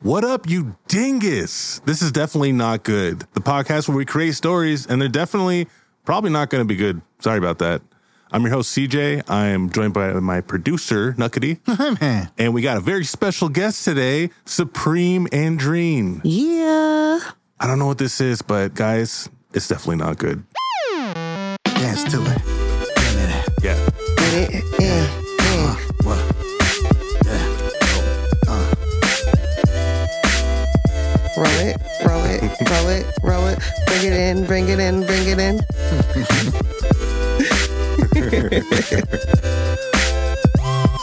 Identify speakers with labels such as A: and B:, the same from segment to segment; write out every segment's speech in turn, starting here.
A: What up, you dingus? This is definitely not good. The podcast where we create stories, and they're definitely probably not going to be good. Sorry about that. I'm your host, CJ. I am joined by my producer, Nuckety. and we got a very special guest today, Supreme Andreen.
B: Yeah.
A: I don't know what this is, but guys, it's definitely not good.
C: Dance to it. Give me that.
A: Yeah.
C: Uh, what? Yeah.
B: Roll it, roll it, roll it, roll it. Bring it in, bring it in, bring it in.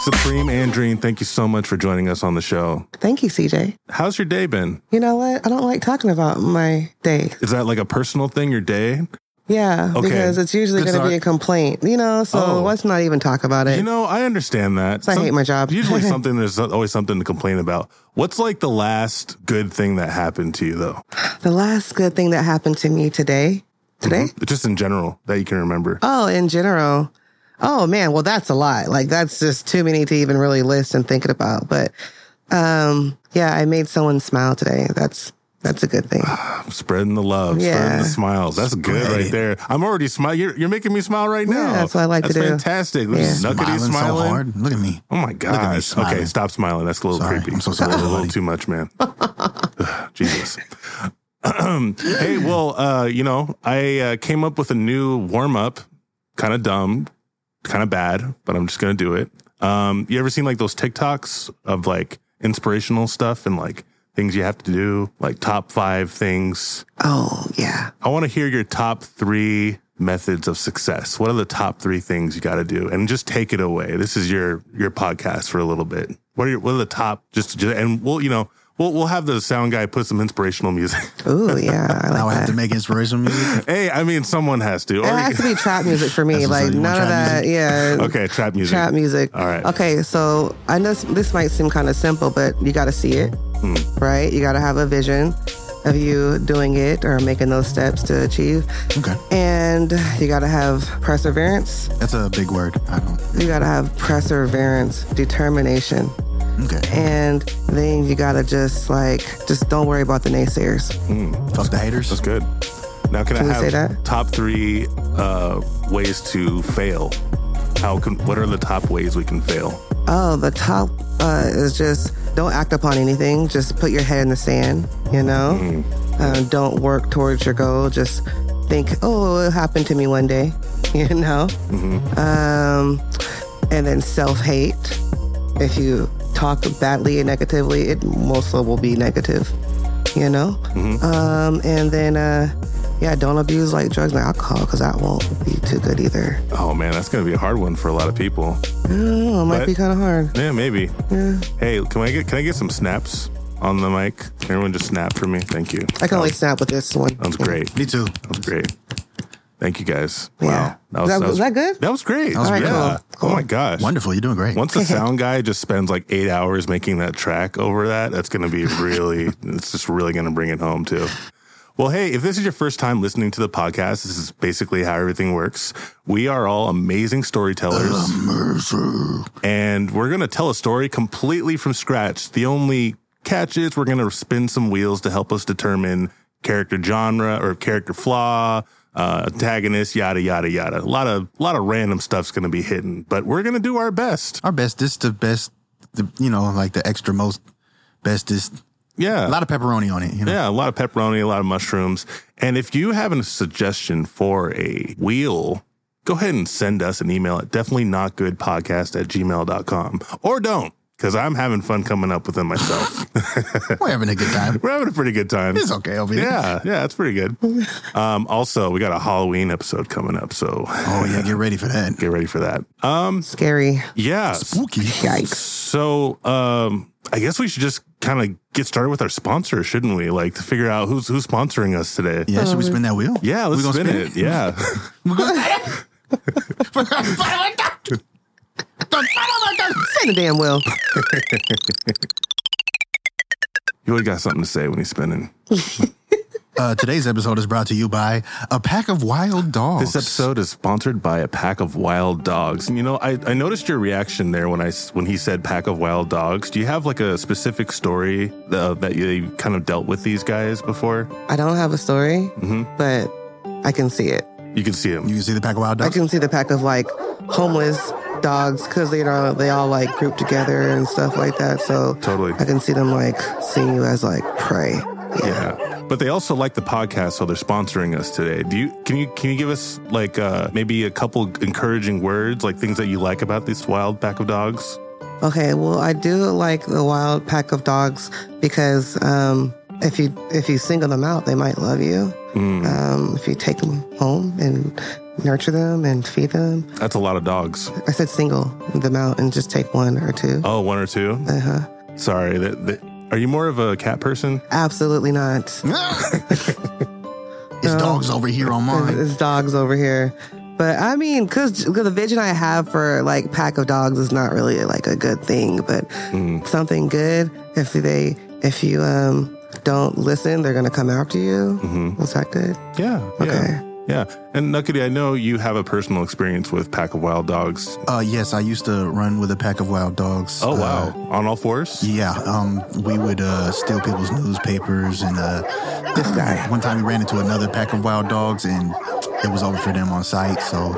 A: Supreme Andreen, thank you so much for joining us on the show.
B: Thank you, CJ.
A: How's your day been?
B: You know what? I don't like talking about my day.
A: Is that like a personal thing, your day?
B: Yeah,
A: Okay.
B: because it's usually
A: Good
B: going to be
A: start.
B: a complaint, you know? So
A: Oh.
B: let's not even talk about it.
A: You know, I understand that.
B: I hate my job.
A: usually something there's always something to complain about. What's like the last good thing that happened to you though?
B: the last good thing that happened to me today, today?
A: Just in general that you can remember.
B: Oh, in general. Oh man, well that's a lot. Like that's just too many to even really list and thinking about. But um yeah, I made someone smile today. That's that's a good thing.
A: Ah. Spreading the love, spreading
B: Yeah.
A: the smiles. That's good
C: Spread
A: right
C: it.
A: there. I'm already smiling. You're, you're making me smile right now.
B: that's what I like to
A: That's
B: do.
A: fantastic. Look,
B: Yeah.
A: Snuckety
C: Smiling so
A: smiling.
C: hard. Look at me.
A: Oh my
C: at me
A: gosh.
C: smiling.
A: Okay, stop smiling. That's a little
C: Sorry.
A: creepy.
C: I'm so
A: That's a
C: sorry,
A: little, a little
C: buddy.
A: too much, man. Ugh, Jesus. hey, well, uh, you know, I uh, came up with a new warm up. Kind of dumb, kind of bad, but I'm just going to do it. Um, you ever seen like those TikToks of like inspirational stuff and like things you have to do, like top five things?
B: Oh yeah.
A: I want to hear your top three methods of success. What are the top three things you got to do? And just take it away. This is your your podcast for a little bit. What are your, what are the top? Just, just and we'll you know we'll we'll have the sound guy put some inspirational music.
B: Ooh yeah. I
C: Now I
B: like
C: have
B: that.
C: to make inspirational music.
A: hey, I mean someone has to. Or,
B: It has to be trap music for me.
C: That's what's
B: like
C: up. You want
B: none of
C: trap
B: that.
C: music?
B: Yeah.
A: okay, trap music.
B: Trap music.
A: All right.
B: Okay, so I know s- this might seem kind of simple, but you got to see it,
C: Hmm.
B: right? You got to have a vision of you doing it or making those steps to achieve.
C: Okay.
B: And you got to have perseverance.
C: That's a big word. I don't.
B: You got to have perseverance, determination.
C: Okay.
B: And then you got to just like, just don't worry about the naysayers.
C: Fuck the haters.
A: That's good. Now can,
B: Can
A: I
B: we
A: have
B: say that?
A: top three uh, ways to fail? How can what are the top ways we can fail?
B: Oh, the top uh, is just don't act upon anything. Just put your head in the sand, you know?
A: Mm-hmm.
B: Uh, don't work towards your goal. Just think, oh, it'll happen to me one day, you know?
A: Mm-hmm.
B: Um, and then self hate. If you talk badly and negatively, it most of will be negative, you know?
A: Mm-hmm.
B: Um, and then, uh, yeah, don't abuse like drugs and alcohol because that won't be too good either.
A: Oh man, that's gonna be a hard one for a lot of people.
B: I don't know, Oh, it might
A: But-
B: be kind of hard.
A: Yeah, maybe.
B: Yeah.
A: Hey, can I get can I get some snaps on the mic? Can Everyone just snap for me. Thank you.
B: I can only
A: That
B: snap with this one.
A: was, that was great.
C: Me too.
A: That was great. Thank you guys.
B: Yeah.
A: Wow.
B: Was that- was that good?
A: That was great.
C: was Alright,
A: yeah.
C: great.
A: Oh my gosh.
C: Wonderful. You're doing great.
A: Once the sound guy just spends like eight hours making that track over that, that's going to be really, it's just really going to bring it home too. Well, hey, if this is your first time listening to the podcast, this is basically how everything works. We are all amazing storytellers. And we're going to tell a story completely from scratch. The only catch is we're going to spin some wheels to help us determine character genre or character flaw, uh, antagonist, yada, yada, yada. A lot of, lot of random stuff's going to be hidden, but we're going to do our best.
C: Our best. This the best. The, you know, like the extra most bestest.
A: Yeah.
C: A lot of pepperoni on it. You know.
A: Yeah, a lot of pepperoni, a lot of mushrooms. And if you have a suggestion for a wheel, go ahead and send us an email at definitely not good podcast at gmail.com or don't because I'm having fun coming up with them myself.
C: We're having a good time.
A: We're having a pretty good time.
C: It's okay over here.
A: Yeah, yeah, that's pretty good. Um, also, we got a Halloween episode coming up, so
C: Oh yeah. Get ready for that.
A: get ready for that. Um,
B: Scary.
A: yeah,
C: Spooky.
B: Yikes.
A: So, um, I guess we should just kind of get started with our sponsor, shouldn't we? Like to figure out who's who's sponsoring us today.
C: Yeah. Should we spin that wheel?
A: Yeah, let's
C: We gonna
A: spin,
C: spin
A: it. Yeah.
C: We're gonna.
B: Send a damn will.
A: You always got something to say when he's spinning.
C: Uh, today's episode is brought to you by a pack of wild dogs.
A: This episode is sponsored by a pack of wild dogs. And you know, I, I noticed your reaction there when I s- when he said pack of wild dogs. Do you have like a specific story uh, that you kind of dealt with these guys before?
B: I don't have a story,
A: Mhm.
B: but I can see it.
A: You can see them.
C: you can see the pack of wild
B: I
C: dogs.
B: can see the pack of like homeless dogs because they are they all like group together and stuff like that. So
A: Totally.
B: I can see them like seeing you as like prey.
A: Yeah. But they also like the podcast, so they're sponsoring us today. Do you can you can you give us like uh, maybe a couple encouraging words, like things that you like about this wild pack of dogs?
B: Okay, well, I do like the wild pack of dogs because um, if you if you single them out, they might love you. Um, if you take them home and nurture them and feed them,
A: That's a lot of dogs.
B: I said single them out and just take one or two.
A: Oh, one or two.
B: Uh huh.
A: Sorry. That, that, are you more of a cat person?
B: Absolutely not.
C: it's dogs over here on mine.
B: It's dogs over here. But I mean, cause, 'cause the vision I have for like pack of dogs is not really like a good thing, but something good. If they, if you um don't listen, they're gonna come after you. Mm-hmm. Is that good?
A: Yeah.
B: Okay.
A: Yeah. Yeah. And Nuckity, I know you have a personal experience with pack of wild dogs.
C: Uh, yes, I used to run with a pack of wild dogs.
A: Oh
C: Uh,
A: wow. On all fours?
C: Yeah, um, we would uh, steal people's newspapers, and uh, this guy. One time, we ran into another pack of wild dogs, and it was over for them on site. So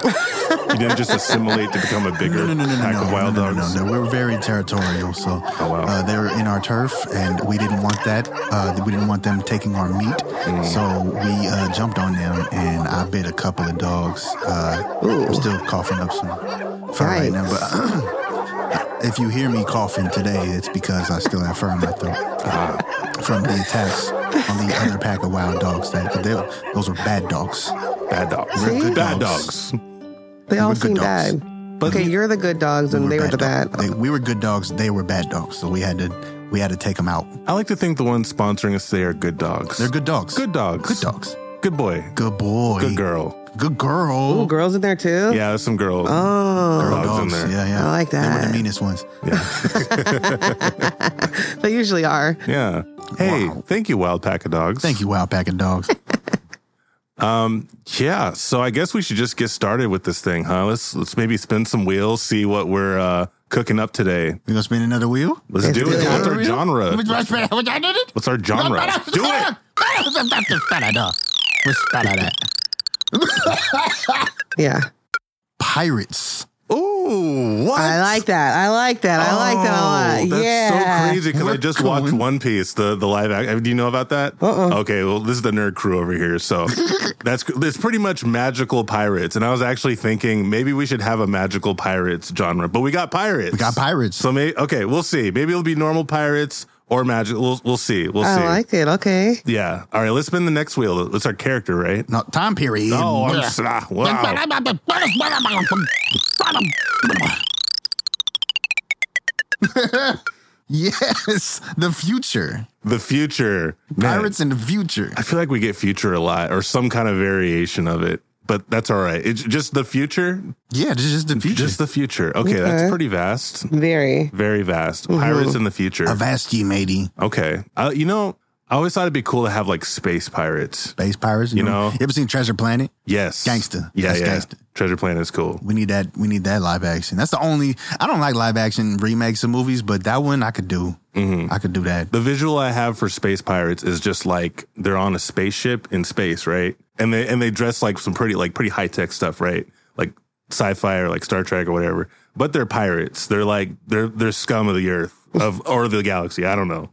A: You didn't just assimilate to become a bigger
C: no, no, no, no,
A: pack
C: no,
A: of wild
C: no, no,
A: dogs.
C: No, no, no, we were very territorial. So
A: Oh, wow.
C: uh, they were in our turf, and we didn't want that. Uh, we didn't want them taking our meat.
A: Mm.
C: So we uh, jumped on them, and I bit a couple of dogs. Uh, I'm
B: Ooh.
C: still coughing up some fur right now, but. If you hear me coughing today, it's because I still have fur in my throat
A: Ah.
C: from the attacks on the other pack of wild dogs. That they, those were bad dogs.
A: Bad dogs.
B: See? Good
A: Bad
C: dogs.
A: dogs.
B: They all
C: were good
B: seem
C: dogs.
B: bad. okay, you're the good dogs and they were the bad.
C: dogs. They- we were good dogs. They were bad dogs. So we had to we had to take them out.
A: I like to think the ones sponsoring us today are good dogs.
C: They're good dogs.
A: Good dogs.
C: Good dogs.
A: Good boy.
C: Good boy.
A: Good girl.
C: Good girl.
B: Ooh, Oh, girls in there too.
A: Yeah, there's some girl.
C: Uh,
B: Oh,
A: girl
C: Good
A: dogs in
C: dogs.
A: there.
C: Yeah, yeah.
B: I like
C: They were
B: that.
C: the meanest ones.
B: they usually are.
A: Yeah. Hey,
C: Wow.
A: thank you, Wild Pack of Dogs.
C: Thank you, wild pack of dogs.
A: Yeah. So I guess we should just get started with this thing, huh? Let's let's maybe spin some wheels, see what we're uh, cooking up today.
C: You gonna spin another wheel?
A: Let's
B: Let's
A: do
B: do
A: it.
B: it.
A: What's our genre? What's our genre? Do it.
B: Yeah.
C: Pirates.
A: Ooh, what?
B: I like that. I like that. I like that a
A: Oh,
B: lot.
A: That's
B: yeah.
A: so crazy because I just watched One Piece, the the live act. Uh, Do you know about that?
B: Uh-uh.
A: Okay, well, this is the nerd crew over here, so that's it's pretty much magical pirates. And I was actually thinking maybe we should have a magical pirates genre, but we got pirates.
C: We got pirates.
A: So maybe okay, we'll see. Maybe it'll be normal pirates or magic. We'll we'll see. We'll see.
B: I like it. Okay.
A: yeah. All right. Let's spin the next wheel. It's our character, right?
C: no, time period.
A: Oh, I'm s- ah, wow.
C: yes, the future.
A: The future. Man,
C: Pirates in the future.
A: I feel like we get future a lot or some kind of variation of it, but that's all right. It's just the future.
C: Yeah, this is the future.
A: Just the future. Okay, that's pretty vast.
B: Very.
A: Very vast. Pirates in the future.
C: Avast ye, matey.
A: Okay. Uh, you know, I always thought it'd be cool to have like space pirates.
C: Space pirates. You
A: know?
C: You ever seen Treasure Planet?
A: Yes.
C: Gangsta.
A: Yeah,
C: That's
A: yeah.
C: gangsta.
A: Treasure Planet is cool.
C: We need that. We need that live action. That's the only. I don't like live action remakes of movies, but that one I could do.
A: Mm-hmm.
C: I could do that.
A: The visual I have for space pirates is just like they're on a spaceship in space, right? And they and they dress like some pretty like pretty high tech stuff, right? Like sci-fi or like Star Trek or whatever. But they're pirates. They're like they're they're scum of the earth of or the galaxy. I don't know.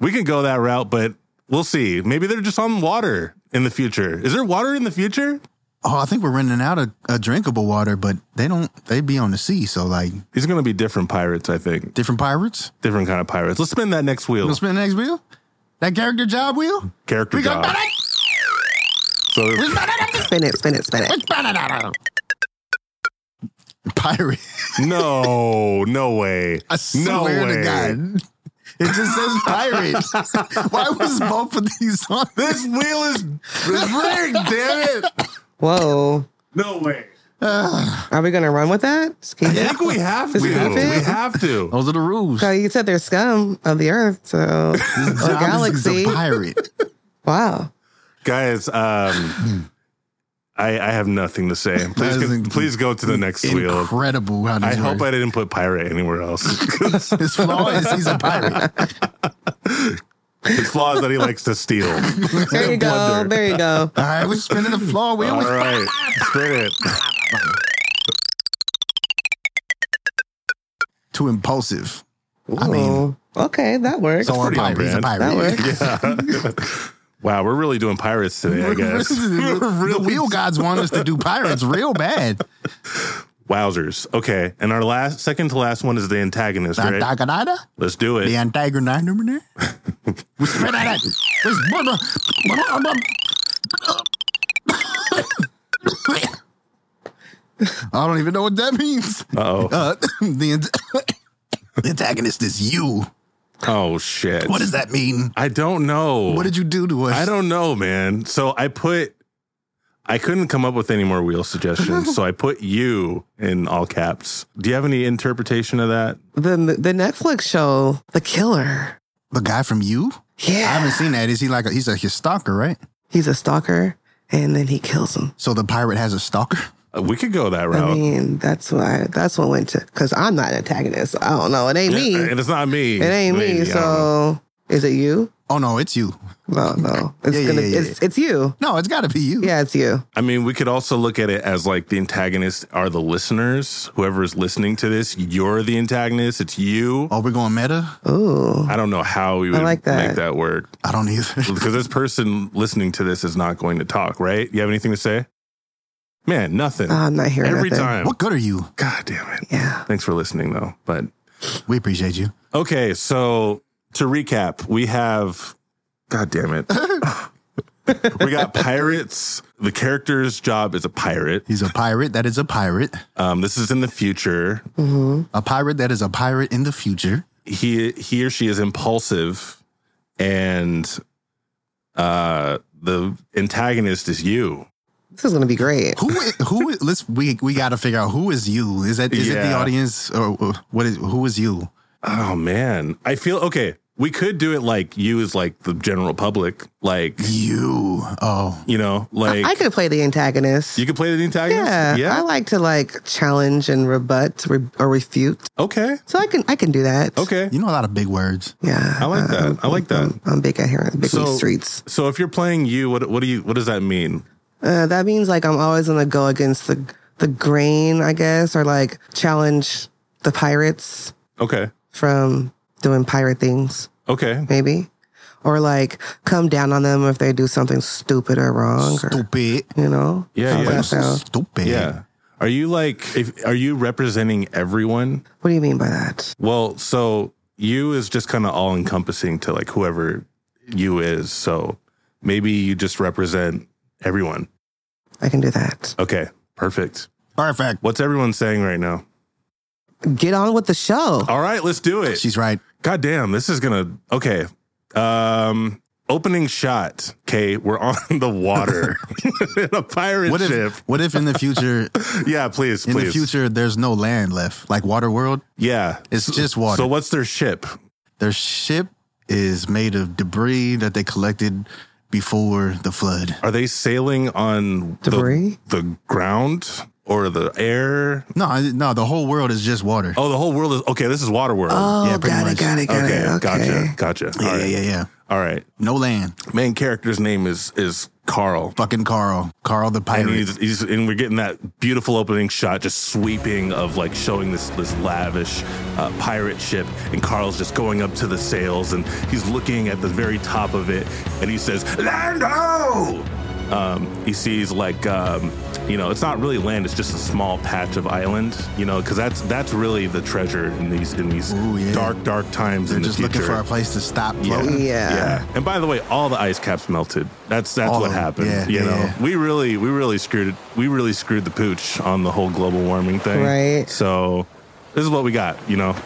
A: We can go that route, but we'll see. Maybe they're just on water in the future. Is there water in the future?
C: Oh, I think we're running out of uh, drinkable water, but they don't. They be on the sea, so like
A: These are going to be different pirates, I think.
C: different pirates.
A: Different kind of pirates. Let's spin that next wheel.
C: Gonna spin the next wheel. That character job wheel.
A: Character
C: We got
A: job. So
B: Spin it, spin it, spin it.
C: pirate.
A: no, no way.
C: I
A: no
C: swear to God. It just says pirate. Why was both of these on there?
A: This wheel is, is rigged, damn it.
B: Whoa.
A: No way.
B: Are we going to run with that? Just keep-
A: I think we have to.
B: Is
A: We
B: it happening?
A: have to.
C: Those are the rules.
B: So you said they're scum of the earth, so or
C: Job is- is
B: galaxy.
C: a pirate.
B: Wow.
A: Guys, um, I, I have nothing to say. Please,
C: is
A: go,
C: inc-
A: please go to the next wheel.
C: Incredible how
A: I
C: this
A: hope I
C: works.
A: didn't put pirate anywhere else.
C: His flaw is he's a pirate.
A: His flaw is that he likes to steal. All
B: There you go. There you go.
C: All right, we're spinning the flaw wheel. All right.
A: right, spin it.
C: Too impulsive. I mean-
B: Ooh, okay, that works.
C: So I'm a
A: pretty on
C: pirate. He's a
A: brand.
C: pirate.
B: That
A: Yeah.
B: works.
A: wow, we're really doing pirates today, I guess.
C: the wheel gods want us to do pirates real bad.
A: Wowzers. Okay. And our last second to last one is the antagonist,
C: Da-
A: right?
C: da- da- da- da.
A: Let's do it.
C: The antagonist. We spit at it. We spit- I don't even know what that means.
A: Uh-oh.
C: Uh, the, ant- the antagonist is you.
A: Oh shit.
C: What does that mean?
A: I don't know.
C: What did you do to us?
A: I don't know, man. So I put I couldn't come up with any more wheel suggestions, so I put you in all caps. Do you have any interpretation of that?
B: The the Netflix show, The Killer.
C: The guy from you? I
B: Yeah,
C: haven't seen that. Is he like a, he's a his stalker, right?
B: he's a stalker, and then he kills him.
C: So the pirate has a stalker.
A: Uh, We could go that
C: Oh.
A: route.
B: I mean, that's why that's what went to because I'm not an antagonist. I don't know. It ain't me.
A: And it's not me.
B: It ain't me. so is it you?
C: Oh no, it's you.
B: No, no. It's
C: Yeah,
B: gonna.
C: yeah, yeah,
B: it's, it's you.
C: No, it's got to be you.
B: Yeah, it's you.
A: I mean, we could also look at it as like the antagonists are the listeners. Whoever is listening to this, you're the antagonist. It's you.
C: Oh, we're going meta.
B: Ooh,
A: I don't know how we would
B: like that.
A: make that work
C: I don't either.
A: because this person listening to this is not going to talk, right? You have anything to say? Man, nothing.
B: I'm not hearing
A: Every
B: nothing.
A: time.
C: What good are you?
A: God damn it.
B: Yeah.
A: Thanks for listening, though. But
C: We appreciate you.
A: okay, so to recap, we have. God damn it. we got pirates. The character's job is a pirate.
C: He's a pirate that is a pirate.
A: Um, this is in the future.
B: Mm-hmm.
C: A pirate that is a pirate in the future.
A: he he or she is impulsive and uh the antagonist is you
B: This is gonna be great.
C: Who? i- Who? i- Let's we we got to figure out who is you. Is that is it the
A: Yeah.
C: audience or or what is who is you?
A: oh man i feel okay we could do it like you is like the general public like
C: You. Oh,
A: you know like
B: I could play the antagonist.
A: you could play the antagonist
B: yeah, I like to like challenge and rebut re- or refute.
A: okay
B: So I can I can do that.
A: okay
C: you know a lot of big words.
B: Yeah,
A: i like that i like that
B: I'm, I'm big out here, big in
A: So-
B: these streets.
A: so if you're playing you what what do you what does that mean
B: Uh, that means like I'm always gonna go against the the grain, I guess, or like challenge the pirates
A: okay
B: from doing pirate things,
A: okay
B: maybe, or like come down on them if they do something stupid or wrong, or
C: Stupid.
B: you know.
A: Yeah,
B: How's
A: yeah.
B: that sound?
C: Stupid.
A: yeah are you like if are you representing everyone
B: What do you mean by that?
A: Well, so you is just kind of all encompassing to like whoever you is. So maybe you just represent everyone.
B: I can do that.
A: Okay, perfect.
C: Perfect.
A: What's everyone saying right now?
B: Get on with the show.
A: All right, let's do it.
C: She's right.
A: God damn, this is gonna. Okay. Um, opening shot. Okay, we're on the water in a pirate
C: What
A: ship.
C: if? What if in the future?
A: yeah, please,
C: In
A: please.
C: the future, there's no land left, like Waterworld.
A: yeah.
C: It's just water.
A: So what's their ship?
C: Their ship is made of debris that they collected before the flood.
A: Are they sailing on the-
B: Debris?
A: the ground or the air?
C: No, I- no, the whole world is just water.
A: Oh, the whole world is okay. This is water world.
B: Oh,
C: Yeah, pretty
B: got
C: much.
B: it, got it, got
A: okay,
B: it. Okay,
A: gotcha, gotcha.
C: yeah,
A: All
C: yeah,
A: right.
C: yeah, yeah.
A: All right.
C: No land.
A: Main character's name is is Carl,
C: Fucking Carl. Carl the pirate.
A: and he's, he's and we're getting that beautiful opening shot, just sweeping of like showing this this lavish uh, pirate ship, and Carl's just going up to the sails, and he's looking at the very top of it, and he says, "Lando." Um, he sees like um, you know it's not really land; it's just a small patch of island, you know, because that's that's really the treasure in these in these
C: Ooh, yeah.
A: dark dark times
C: They're
A: in the
C: just
A: future.
C: looking for a place to stop
A: Yeah.
C: floating.
B: Yeah.
A: And by the way, all the ice caps melted. That's that's
C: All
A: what
C: of 'em.
A: happened.
C: Yeah,
A: you
C: yeah,
A: know,
C: yeah.
A: we really we really screwed it. We really screwed the pooch on the whole global warming thing.
B: Right.
A: So this is what we got. You know.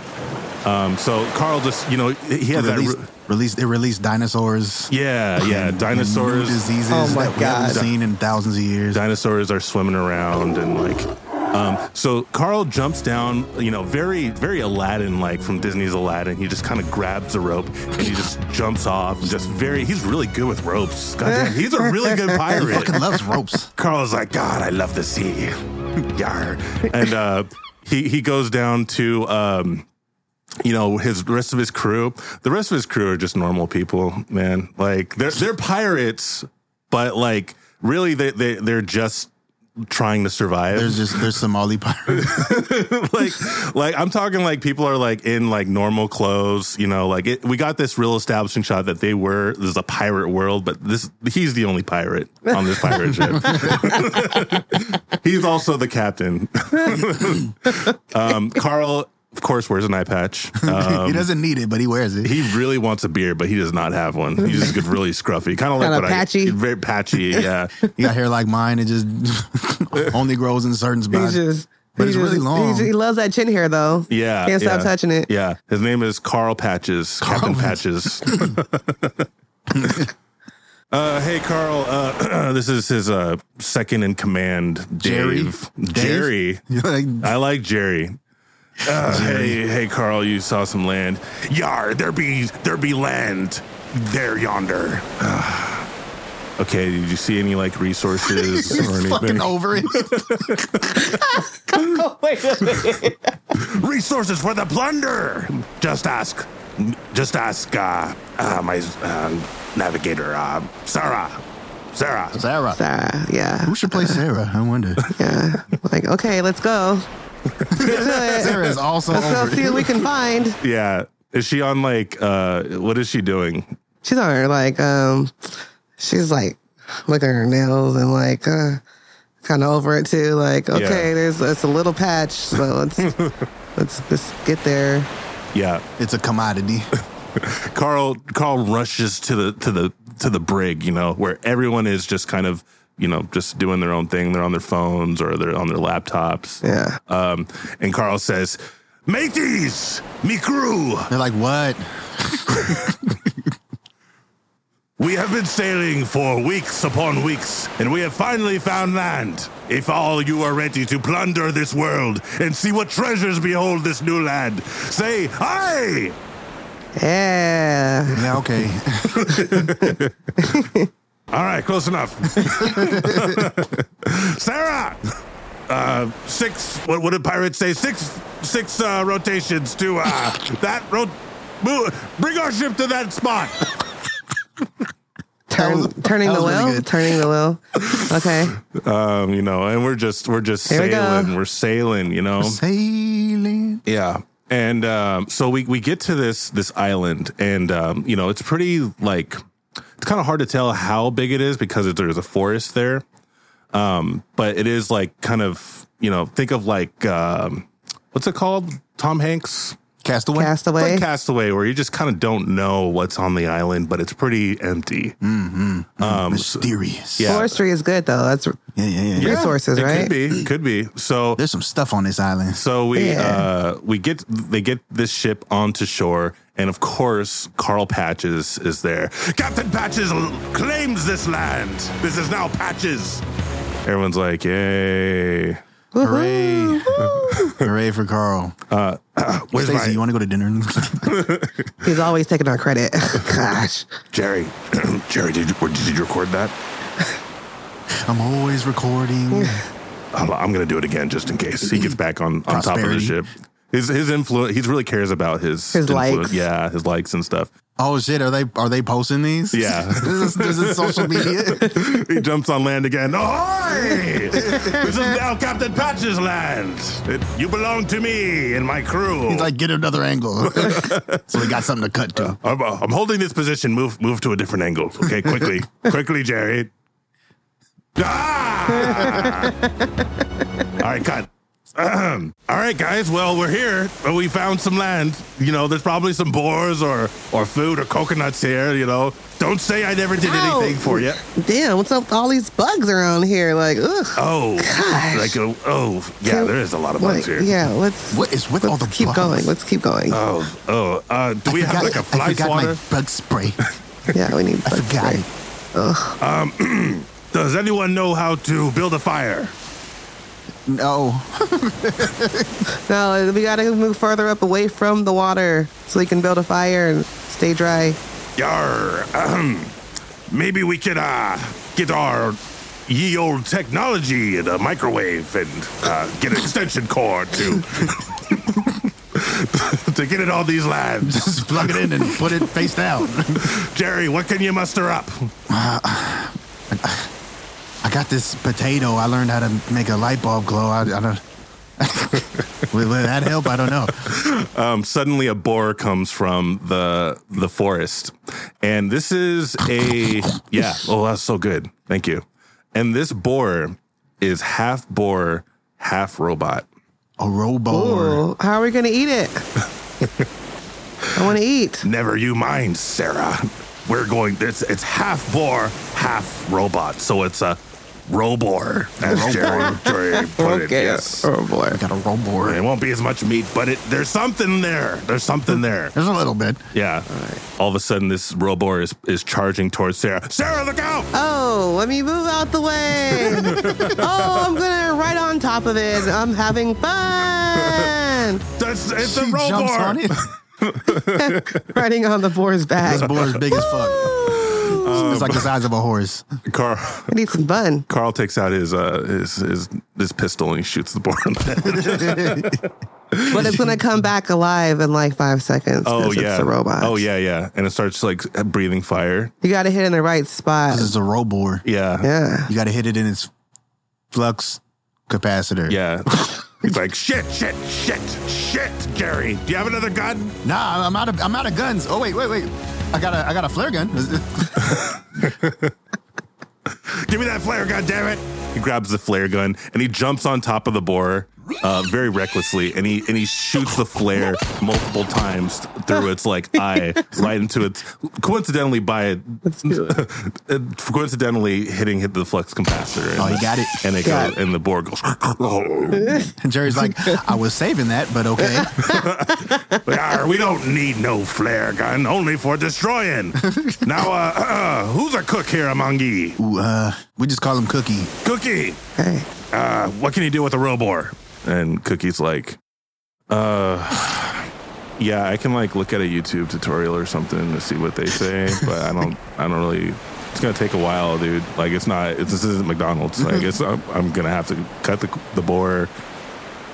A: Um, so Carl just you know he has that.
C: Release,
A: ru-
C: release, they released dinosaurs.
A: yeah, yeah.
C: and
A: Dinosaurs.
C: New diseases
B: Oh my
C: that we
B: God.
C: haven't seen in thousands of years.
A: Dinosaurs are swimming around and like. Um, so Carl jumps down, you know, very, very Aladdin like from Disney's Aladdin. He just kind of grabs the rope and he just jumps off. Just very, he's really good with ropes. Goddamn, he's a really good
C: He
A: pirate.
C: fucking loves ropes.
A: Carl's like, God, I love the sea. Yar. And uh, he, he goes down to, um, you know, his the rest of his crew. The rest of his crew are just normal people, man. Like they're they're pirates, but like really they, they they're just trying to survive.
C: There's just there's Somali pirates.
A: like like I'm talking like people are like in like normal clothes, you know, like it, we got this real establishing shot that they were this is a pirate world, but this he's the only pirate on this pirate ship. he's also the captain. um, Carl, of course, wears an eye patch. Um,
C: he doesn't need it, but he wears it.
A: he really wants a beard, but he does not have one. He's just get really scruffy, kind of like
B: Kinda
A: what
B: patchy.
A: I very patchy. Yeah,
C: He got hair like mine. It just only grows in certain
B: He's
C: spots.
B: just.
C: But
B: he
C: it's
B: just-
C: really long.
B: He, just- he loves that chin hair though.
A: yeah,
B: Can't stop
A: yeah.
B: touching it.
A: Yeah, his name is Carl Patches, Captain Patches. Uh, hey Carl, uh, this is his uh, second in command,
C: Jerry?
A: Dave.
C: Dave?
A: Jerry,
C: You're like,
A: I like Jerry. Uh, Hey, hey, Carl, you saw some land. Yar, there be there be land there yonder. Ah. okay, did you see any like resources or
C: he's
A: anything?
C: fucking over it.
B: Oh, wait a minute.
A: resources for the plunder. Just ask, just ask uh, uh, my um navigator, uh, Sarah. Sarah.
C: Sarah.
B: Sarah, yeah,
C: Who should play Sarah? I wonder.
B: yeah. Like, okay, let's go. Let's do it.
C: Sarah is also
B: Let's go see
C: over
B: what
C: it.
B: we can find.
A: Yeah, is she on like uh, what is she doing?
B: She's on her like, um, she's like looking at her nails and like, uh, kind of over it too. Like, okay,
A: Yeah.
B: there's it's a little patch, so let's let's just get there.
A: Yeah,
C: It's a commodity.
A: Carl Carl rushes to the to the to the brig, you know, where everyone is just kind of, you know, just doing their own thing. They're on their phones or they're on their laptops.
B: Yeah.
A: Um, and Carl says, "Mateys, me crew,
C: They're like, what?
A: we have been sailing for weeks upon weeks, and we have finally found land. If all you are ready to plunder this world and see what treasures behold this new land, say aye."
B: Yeah.
C: Yeah, okay.
A: All right, close enough. Sarah, uh, six. What would a pirate say? Six, six uh, rotations to uh, that road. Bring our ship to that spot.
B: Turn,
C: was-
B: turning
C: that
B: the
C: was really
B: wheel.
C: good.
B: turning the wheel. Okay.
A: Um, you know, and we're just we're just
B: Here we go.
A: sailing. We are sailing. You know.
C: Sailing.
A: Yeah. And um, so we we get to this this island, and um, you know, it's pretty like it's kind of hard to tell how big it is because it, there's a forest there. Um, but it is like kind of you know think of like um, what's it called? Tom Hanks.
C: Castaway.
A: It's
B: Castaway.
A: like Castaway, where you just kind of don't know what's on the island, but it's pretty empty.
B: Mm-hmm.
C: Mysterious.
A: Um, Yeah.
B: Forestry is good though. That's
C: Yeah, yeah, yeah. yeah.
B: Resources,
A: it
B: right?
A: Could be, could be. So
C: There's some stuff on this island.
A: So we
B: Yeah.
A: uh, we get they get this ship onto shore, and of course Carl Patches is there. Captain Patches l- claims this land. This is now Patches. Everyone's like, "Yay!"
C: Hooray. Hooray for Carl.
A: Uh, Where's
C: Stacey,
A: my
C: you want to go to dinner?
B: he's always taking our credit. Gosh.
A: Jerry? Jerry, did you, where- did you record that?
C: I'm always recording.
A: I'm, I'm gonna do it again just in case he gets back on, on top of the
C: Prosperity.
A: ship. His his influence. He really cares about his
B: His
A: influence.
B: likes.
A: Yeah, his likes and stuff.
C: Oh shit, are they are they posting these?
A: Yeah.
C: this, is, this is social media.
A: he jumps on land again. Ahoy! this is now Captain Patch's land. It, you belong to me and my crew.
C: He's like, get another angle. so we got something to cut to.
A: I'm, uh, I'm holding this position. Move, move to a different angle. Okay, quickly, quickly, Jerry. Ah! All right, cut. Ahem. All right, guys. Well, we're here. but We found some land. You know, there's probably some boars or or food or coconuts here. You know, don't say I never did
B: Ow.
A: anything for you.
B: Damn, what's up with all these bugs around here? Like, ugh.
A: Oh,
B: Gosh.
A: like a, oh, yeah.
B: Can-
A: There is a lot of
B: Like,
A: bugs here.
B: yeah, let's
C: What is with
B: let's
C: all the
B: keep
C: bugs?
B: going. Let's keep going.
A: Oh, oh. Uh, do we have
C: Forgot-
A: like a fly
C: I forgot
A: swatter?
C: my bug spray.
B: yeah, we need
C: I
B: bugs.
C: forgot
B: right?
C: it.
A: Does anyone know how to build a fire?
C: No.
B: No, we gotta move further up away from the water so we can build a fire and stay dry.
A: Yar. ahem. Maybe we could uh, get our ye old technology, the microwave, and uh, get an extension cord to to get in all these labs.
C: Just plug it in and put it face down.
A: Jerry, what can you muster up?
C: I got this potato. I learned how to make a light bulb glow. I, I don't. Will that help? I don't know.
A: Um, suddenly, a boar comes from the the forest, and this is a yeah. Oh, that's so good. Thank you. And this boar is half boar, half robot.
C: A robo.
B: Ooh, how are we gonna eat it? I wanna eat.
A: Never you mind, Sarah. We're going. It's it's half boar, half robot. So it's a robor. As Jerry, Jerry put it.
B: Okay.
A: Yes.
B: Oh boy.
C: Got a robo.
A: It won't be as much meat, but it there's something there. There's something there.
C: There's a little bit.
A: Yeah. All, All of a sudden, this robor is is charging towards Sarah. Sarah, look out!
B: Oh, let me move out the way. oh, I'm gonna right on top of it. I'm having fun.
A: That's it's
C: She
A: a robor.
C: jumps on it.
B: Riding on the boar's
C: This
B: back.
C: boar's big as fuck.
B: Ooh,
A: Oh.
C: It's like the size of a horse.
A: Carl
B: I need some fun.
A: Carl takes out his uh his his, his pistol and he shoots the boar. in the head.
B: But it's gonna come back alive in like five seconds. 'cause
A: oh yeah.
B: It's a robot.
A: Oh yeah, yeah. And it starts like breathing fire.
B: You gotta hit in the right spot.
C: This is a robo.
A: Yeah.
B: Yeah.
C: You got to hit it in its flux capacitor.
A: Yeah. He's like, shit, shit, shit, shit, Gary. Do you have another gun?
C: Nah, I'm out of I'm out of guns. Oh wait, wait, wait. I got a I got a flare gun.
A: Give me that flare gun, damn it. He grabs the flare gun and he jumps on top of the boar uh, very recklessly and he and he shoots the flare multiple times through its like eye right into its coincidentally by it coincidentally hitting hit the flux capacitor. And
C: Oh, he got it.
A: And it
B: Got
A: goes, and the boar goes. "Arr,
C: And Jerry's like, I was saving that, but okay.
A: we don't need no flare gun, only for destroying. Now, uh, uh, who's a cook here among ye?
C: Ooh, uh, we just call him Cookie.
A: Cookie.
B: Okay.
A: uh, what can you do with a robor? And Cookie's like, uh, yeah, I can like look at a YouTube tutorial or something to see what they say, but I don't, I don't really. It's gonna take a while, dude. Like, it's not. It's, this isn't McDonald's. Like, it's. I'm, I'm gonna have to cut the the boar.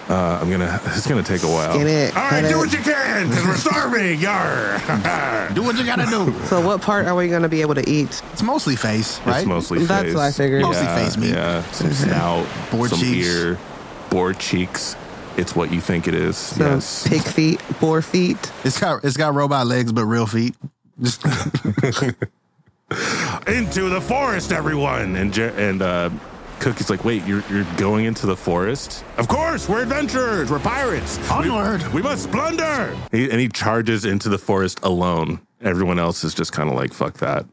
A: Uh, I'm gonna. It's gonna take a while.
B: Skin it,
A: All right,
B: cut
A: do
B: it.
A: what you can, cause we're starving. Yar.
C: Do what you gotta do.
B: So what part are we gonna be able to eat?
C: It's mostly face, right?
A: It's mostly
B: That's
A: face.
B: what I figured.
C: Mostly face meat.
A: Yeah, some snout,
C: Boar
A: some
C: cheeks.
A: ear, boar cheeks. It's what you think it is.
B: So
A: yes.
B: pig feet, boar feet.
C: it's got it's got robot legs but real feet. Just
A: into the forest, everyone. And Jer- and uh, Cookie's like, wait, you're you're going into the forest? Of course, we're adventurers, we're pirates.
C: Onward.
A: we must plunder. He, and he charges into the forest alone. Everyone else is just kind of like, fuck that.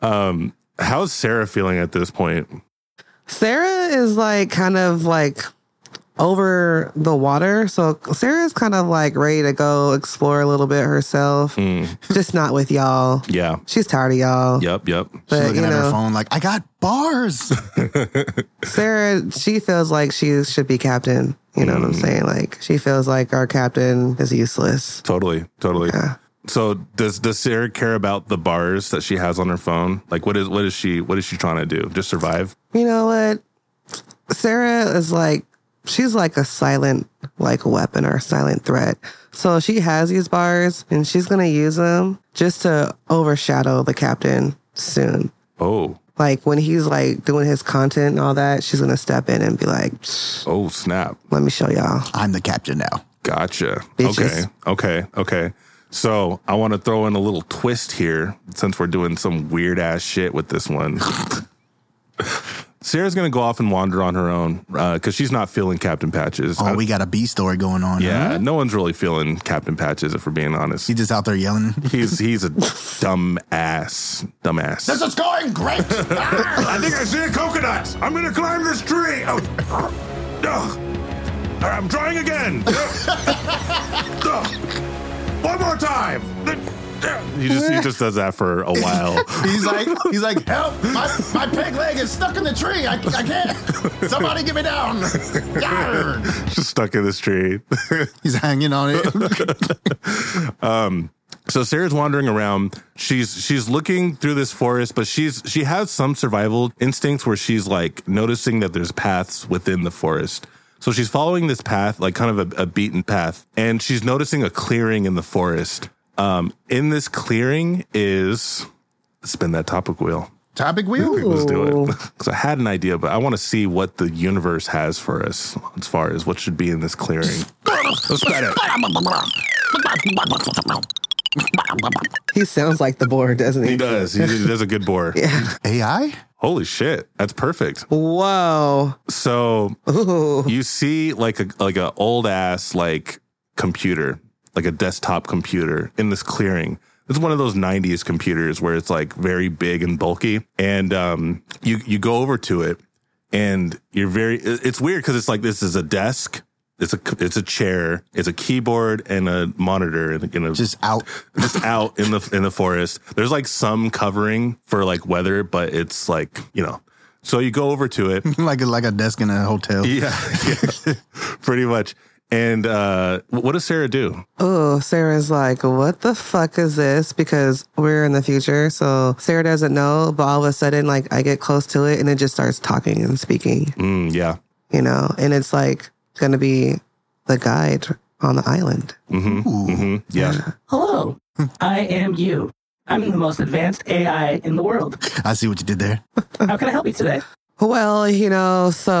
A: um, how's Sarah feeling at this point?
B: Sarah is like kind of like over the water. So Sarah's kind of like ready to go explore a little bit herself. Just not with y'all.
A: Yeah.
B: She's tired of y'all.
A: Yep. Yep.
C: She's
B: But
C: looking
B: you
C: at her
B: know,
C: phone like, I got bars.
B: Sarah, she feels like she should be captain. You know what I'm saying? Like she feels like our captain is useless.
A: Totally, totally.
B: Yeah.
A: So does does Sarah care about the bars that she has on her phone? Like what is what is she what is she trying to do? Just survive?
B: You know what? Sarah is like she's like a silent like weapon or a silent threat. So she has these bars and she's gonna use them just to overshadow the captain soon.
A: Oh,
B: Like when he's like doing his content and all that, she's gonna step in and be like, "Psh,
A: oh snap.
B: "Let me show y'all."
C: I'm the captain now.
A: Gotcha.
B: Bitches.
A: Okay. Okay. Okay. So I want to throw in a little twist here since we're doing some weird ass shit with this one. Sarah's gonna go off and wander on her own because she's not feeling Captain Patches.
C: Oh, we got a B story going on.
A: yeah,
C: huh?
A: no one's really feeling Captain Patches if we're being honest.
C: He's just out there yelling.
A: He's he's a dumb ass, dumb ass.
C: This is going great.
A: I think I see a coconut. I'm gonna climb this tree. Oh, ugh. I'm trying again. Ugh. One more time. He just he just does that for a while.
D: He's like, he's like, help! My, my peg leg is stuck in the tree. I, I can't. Somebody get me down. Yarr.
A: just stuck in this tree.
C: He's hanging on it.
A: So Sarah's wandering around. She's she's looking through this forest, but she's she has some survival instincts where she's like noticing that there's paths within the forest. So she's following this path, like kind of a, a beaten path, and she's noticing a clearing in the forest. Um, in this clearing is spin that topic wheel.
D: Topic wheel.
A: Let's do it.
B: Ooh.
A: Because I had an idea, but I want to see what the universe has for us as far as what should be in this clearing. Let's bet it.
B: He sounds like the board, doesn't he?
A: He does. He, he does a good bore.
C: AI?
A: Holy shit. That's perfect.
B: Whoa.
A: So
B: Ooh.
A: you see like a like a old ass like computer, like a desktop computer in this clearing. It's one of those '90s computers where it's like very big and bulky, and um, you you go over to it, and you're very. it- It's weird because it's like this is a desk, it's a it's a chair, it's a keyboard and a monitor and, a- and a
C: Just out.
A: just out in the in the forest. There's like some covering for like weather, but it's like you know. So you go over to it,
C: Like a, like a desk in a hotel.
A: yeah, yeah. pretty much. And uh, what does Sarah do?
B: Oh, Sarah's like, what the fuck is this? Because we're in the future. So Sarah doesn't know, but all of a sudden, like, I get close to it and it just starts talking and speaking,
A: Mm, yeah,
B: you know? And it's like going to be the guide on the island.
A: hmm yeah.
E: Hello,
B: Hmm.
E: I am you. I'm the most advanced AI in the world.
C: I see what you did there.
E: How can I help you today?
B: Well, you know, so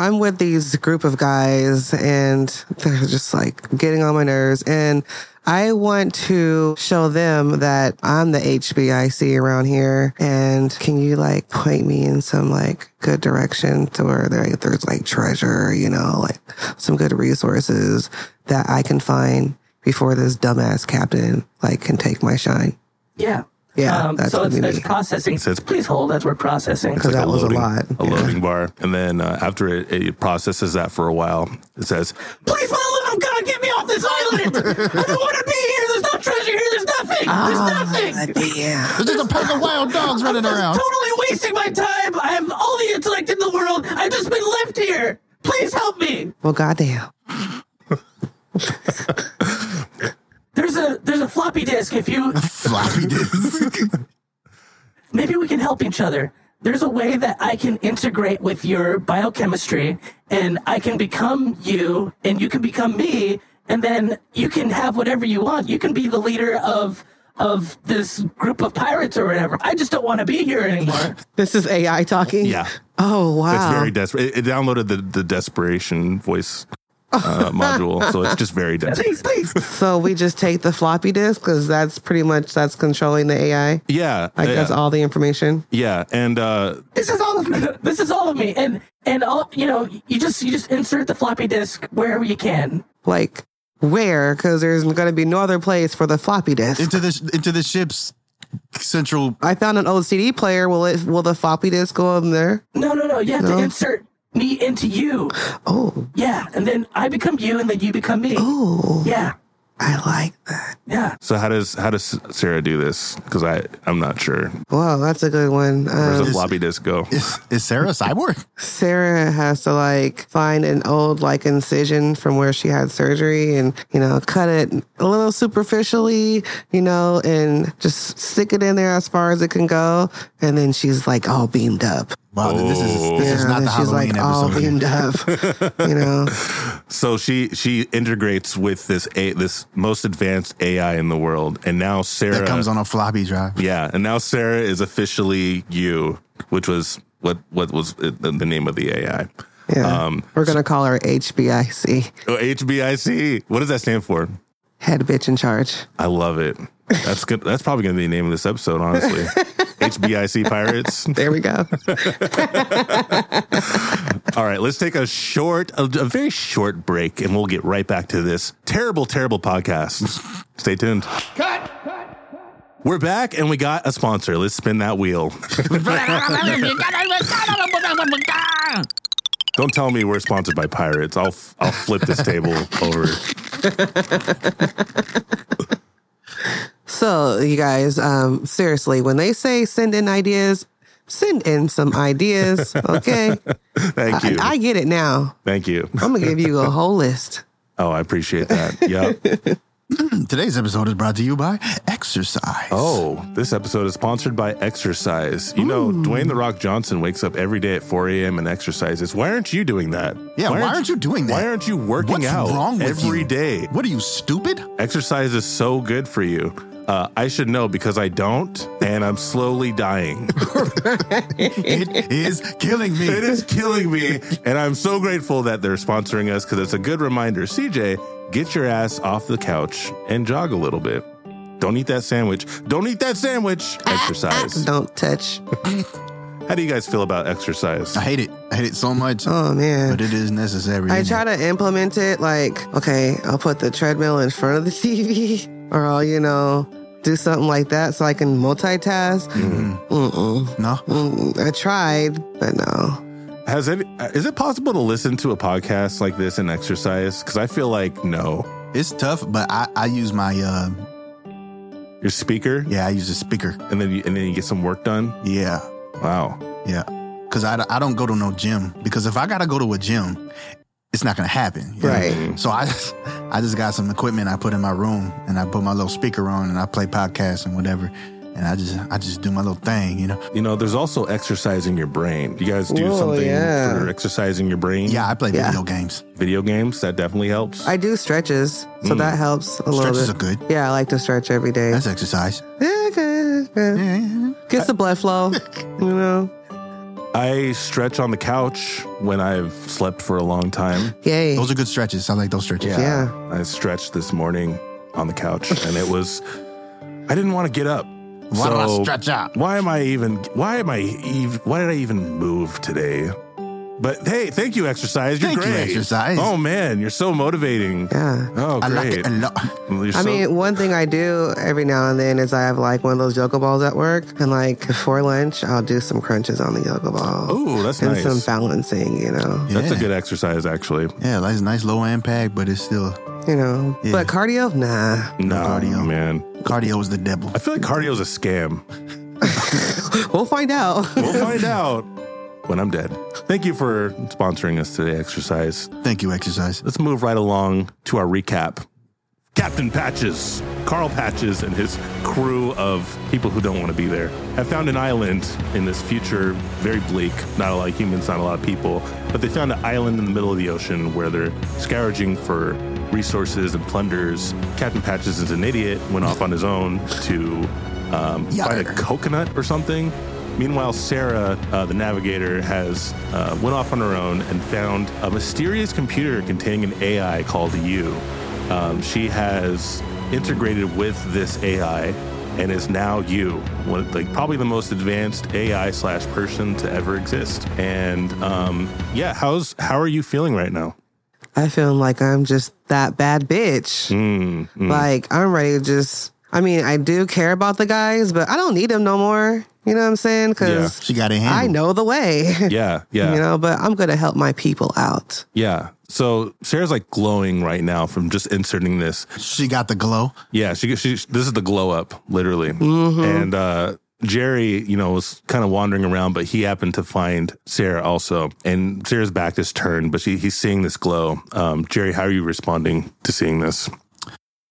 B: I'm with these group of guys and they're just like getting on my nerves. And I want to show them that I'm the HBIC around here. And can you like point me in some like good direction to where there, there's like treasure, you know, like some good resources that I can find before this dumbass captain like can take my shine?
E: Yeah. Um,
B: Yeah, that's
E: so
B: what
E: it's,
B: we
E: it's
B: need.
E: processing.
A: Says-
E: Please hold as we're processing.
B: Because that was a lot.
A: A loading bar, and then uh, after it, it processes that for a while, it says,
E: Please, for the love of God, get me off this island! I don't want to be here. There's no treasure here. There's nothing.
B: Ah,
E: There's nothing.
B: yeah.
C: There's just a pack of wild dogs running
E: I'm
C: around.
E: totally wasting my time. I have all the intellect in the world. I've just been left here. Please help me.
B: Well, goddamn.
E: There's a there's a floppy disk. If you
C: Floppy disks.
E: maybe we can help each other. There's a way that I can integrate with your biochemistry and I can become you and you can become me and then you can have whatever you want. You can be the leader of of this group of pirates or whatever. I just don't want to be here anymore.
B: This is AI talking?
A: "Yeah."
B: Oh, wow.
A: It's very desperate. It, it downloaded the, the desperation voice uh, module, so it's just very desperate.
E: Please, please.
B: So we just take the floppy disk because that's pretty much that's controlling the AI.
A: Yeah,
B: Like that's
A: yeah,
B: all the information.
A: yeah, and uh,
E: this is all of me. This is all of me. And and all you know, you just you just insert the floppy disk wherever you can.
B: Like where? Because there's going to be no other place for the floppy disk.
C: into the into the ship's central.
B: I found an old CD player. Will it? Will the floppy disk go in there?
E: No, no, no. You have
B: No.
E: to insert me into you.
B: Oh,
E: Yeah, and then I become you, and then you become me.
B: oh,
E: Yeah,
B: I like that.
E: yeah.
A: so how does how does Sarah do this? Because I I'm not sure.
B: Wow, that's a good one.
A: Where's
B: Um,
A: the floppy disk go?
C: Is, is Sarah a cyborg?
B: Sarah has to like find an old like incision from where she had surgery and, you know, cut it a little superficially, you know, and just stick it in there as far as it can go. And then she's like all beamed up.
C: Wow, this is this is
B: Yeah,
C: not
B: and
C: the
B: she's
C: Halloween
B: like all
C: episode.
B: beamed up, you know.
A: So she she integrates with this a this most advanced AI in the world, and now Sarah
C: That comes on a floppy drive.
A: Yeah, and now Sarah is officially you, which was what what was it- the name of the AI.
B: Yeah.
C: Um,
B: We're going to call her HBIC,
A: Oh, HBIC. What does that stand for?
B: head bitch in charge.
A: I love it. That's good. That's probably going to be the name of this episode, honestly. HBIC Pirates.
B: There we go.
A: All right, let's take a short, a, a very short break, and we'll get right back to this terrible, terrible podcast. Stay tuned. Cut. We're back, and we got a sponsor. Let's spin that wheel. Don't tell me we're sponsored by pirates. I'll f- I'll flip this table over.
B: So, you guys, um, seriously, when they say send in ideas, send in some ideas, okay?
A: Thank you.
B: I, I get it now.
A: Thank you.
B: I'm gonna give you a whole list.
A: Oh, I appreciate that. Yep.
C: Today's episode is brought to you by Exercise.
A: Oh, this episode is sponsored by exercise. You know, Dwayne The Rock Johnson wakes up every day at 4 a.m. and exercises. Why aren't you doing that?
C: Yeah, why aren't you doing that?
A: Why aren't you working
C: What's
A: out
C: wrong with
A: every
C: you?
A: day?
C: What are you, stupid?
A: Exercise is so good for you. Uh, I should know because I don't, and I'm slowly dying.
C: It is killing me.
A: it is killing me, and I'm so grateful that they're sponsoring us because it's a good reminder. CJ, get your ass off the couch and jog a little bit. Don't eat that sandwich. Don't eat that sandwich. Exercise.
B: Don't touch.
A: How do you guys feel about exercise?
C: I hate it. I hate it so much,
B: Oh man.
C: but it is necessary.
B: I
C: isn't
B: try
C: it?
B: to implement it like, okay, I'll put the treadmill in front of the TV, or I'll, you know, do something like that so I can multitask.
C: Mm-hmm.
B: Mm-mm.
C: No?
B: Mm, I tried, but no.
A: Has any, is it possible to listen to a podcast like this and exercise? Because I feel like no.
C: It's tough, but I, I use my, uh,
A: Your speaker,
C: yeah, I use a speaker.
A: and then you, and then you get some work done.
C: Yeah,
A: Wow.
C: yeah. Because I, I don't go to no gym. Because if I got to go to a gym, it's not going to happen. you know?
B: Right.
C: So I just, I just got some equipment I put in my room and I put my little speaker on and I play podcasts and whatever. And I just I just do my little thing, you know.
A: You know, there's also exercising your brain. You guys do
B: Whoa,
A: something
B: yeah.
A: for exercising your brain?
C: Yeah, I play
B: Yeah.
C: video games.
A: Video games that definitely helps.
B: I do stretches, so that helps a little
C: Mm. Stretches
B: bit.
C: are good.
B: Yeah, I like to stretch every day.
C: That's exercise.
B: Yeah, good, good. Gets the blood flow, you know.
A: I stretch on the couch when I've slept for a long time.
B: Yay.
C: Those are good stretches. I like those stretches.
B: Yeah.
A: I stretched this morning on the couch, and it was. I didn't want to get up.
C: Why do I stretch out?
A: Why am I even? Why am I even? Why did I even move today? But hey, thank you, exercise. You're
C: Thank you,
A: great.
C: exercise.
A: Oh man, you're so motivating.
B: Yeah.
A: Oh
C: I like
A: great.
C: it a lot.
A: You're
B: I
A: so-
B: mean, one thing I do every now and then is I have like one of those yoga balls at work, and like before lunch, I'll do some crunches on the yoga ball.
A: Ooh, that's
B: and
A: nice.
B: some balancing, you know,
A: that's a
C: Yeah.
A: good exercise, actually.
C: Yeah, like it's nice low impact, but it's still
B: you know.
C: Yeah.
B: But cardio, nah.
A: No,
C: cardio.
A: man.
C: cardio is the devil.
A: I feel like cardio's a scam.
B: We'll find out.
A: We'll find out when I'm dead. Thank you for sponsoring us today, exercise.
C: Thank you, exercise.
A: Let's move right along to our recap. Captain Patches, Carl Patches, and his crew of people who don't want to be there have found an island in this future, very bleak, not a lot of humans, not a lot of people, but they found an island in the middle of the ocean where they're scourging for resources and plunders. Captain Patches is an idiot, went off on his own to um, find a
C: Yarr.
A: coconut or something. Meanwhile, Sarah, uh, the navigator, has uh, went off on her own and found a mysterious computer containing an AI called You. Um, she has integrated with this AI and is now you, one, like probably the most advanced AI slash person to ever exist. And um, yeah, how's how are you feeling right now?
B: I feel like I'm just that bad bitch.
A: Mm,
B: Like I'm ready to just. I mean, I do care about the guys, but I don't need them no more. You know what I'm saying? Because
C: She got a handle.
B: I know the way.
A: Yeah, yeah.
B: You know, but I'm gonna help my people out.
A: Yeah. So Sarah's like glowing right now from just inserting this.
C: She got the glow.
A: Yeah, she, she this is the glow up, literally. And uh, Jerry, you know, was kind of wandering around, but he happened to find Sarah also. And Sarah's back is turned, but she, he's seeing this glow. Um, Jerry, how are you responding to seeing this?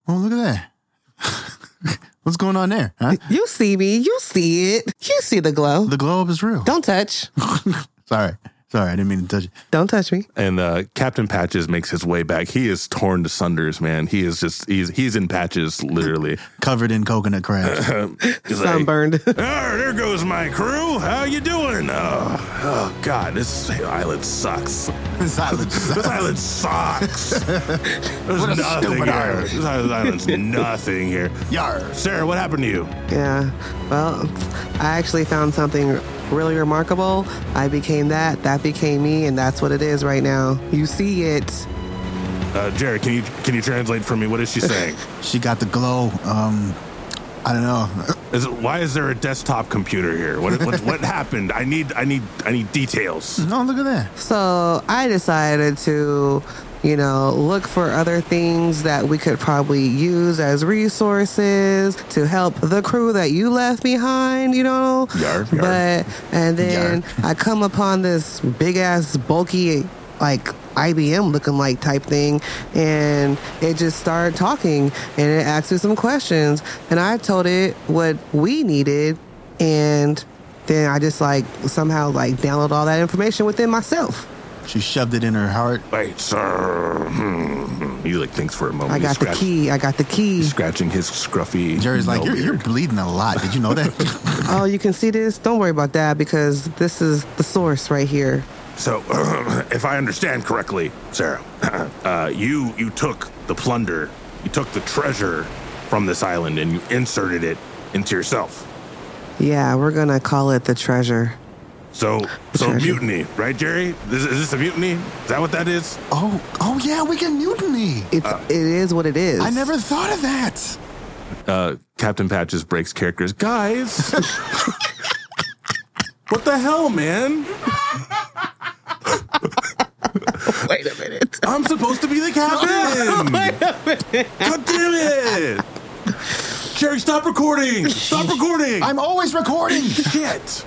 C: Oh, look at that. What's going on there? Huh?
B: You see me. You see it. You see the glow.
C: The glow up is real.
B: Don't touch.
C: Sorry. Sorry, I didn't mean to touch you.
B: Don't touch me.
A: And uh, Captain Patches makes his way back. He is torn to sunders, man. He is just he's he's in patches, literally.
C: Covered in coconut crabs.
A: He's like,
B: Sunburned.
A: "Arr, there goes my crew. How you doing? Oh, oh God, this island sucks.
C: Silence.
A: This island sucks. There's
C: What a
A: nothing
C: stupid
A: here.
C: island.
A: This island's nothing here.
C: Yar.
A: Sarah, what happened to you?
B: Yeah. Well, I actually found something really remarkable. I became that, that became me, and that's what it is right now. You see it.
A: Uh, Jared, can you can you translate for me? What is she saying?
C: She got the glow. Um, I don't know.
A: Is it, why is there a desktop computer here? What, what what happened? I need I need I need details.
C: No, look at that.
B: So I decided to, you you know, look for other things that we could probably use as resources to help the crew that you left behind, you know?
A: Yarp, yarp.
B: But, and then I come upon this big ass, bulky, like, IBM looking like type thing and it just started talking and it asked me some questions and I told it what we needed and then I just like somehow like download all that information within myself.
C: She shoved it in her heart.
A: Wait, sir. Hmm. You like thinks for a moment.
B: I
A: You
B: got the
A: scratch-
B: key. I got the key.
A: Scratching his scruffy.
C: Jerry's like,
A: no
C: you're, you're
A: beard.
C: bleeding a lot. Did you know that?
B: Oh, you can see this? Don't worry about that because this is the source right here.
A: So, if I understand correctly, Sarah, uh, you you took the plunder, you took the treasure from this island, and you inserted it into yourself.
B: Yeah, we're going to call it the treasure.
A: So, so
B: Treasure.
A: mutiny, right, Jerry? Is, is this a mutiny? Is that what that is?
C: oh, oh yeah, we can mutiny.
B: It's it is what it is.
C: I never thought of that.
A: Captain Patches breaks characters. Guys, what the hell, man?
B: Wait a minute.
A: I'm supposed to be the captain. God damn it! Jerry, stop recording. Stop recording.
C: I'm always recording.
A: shit.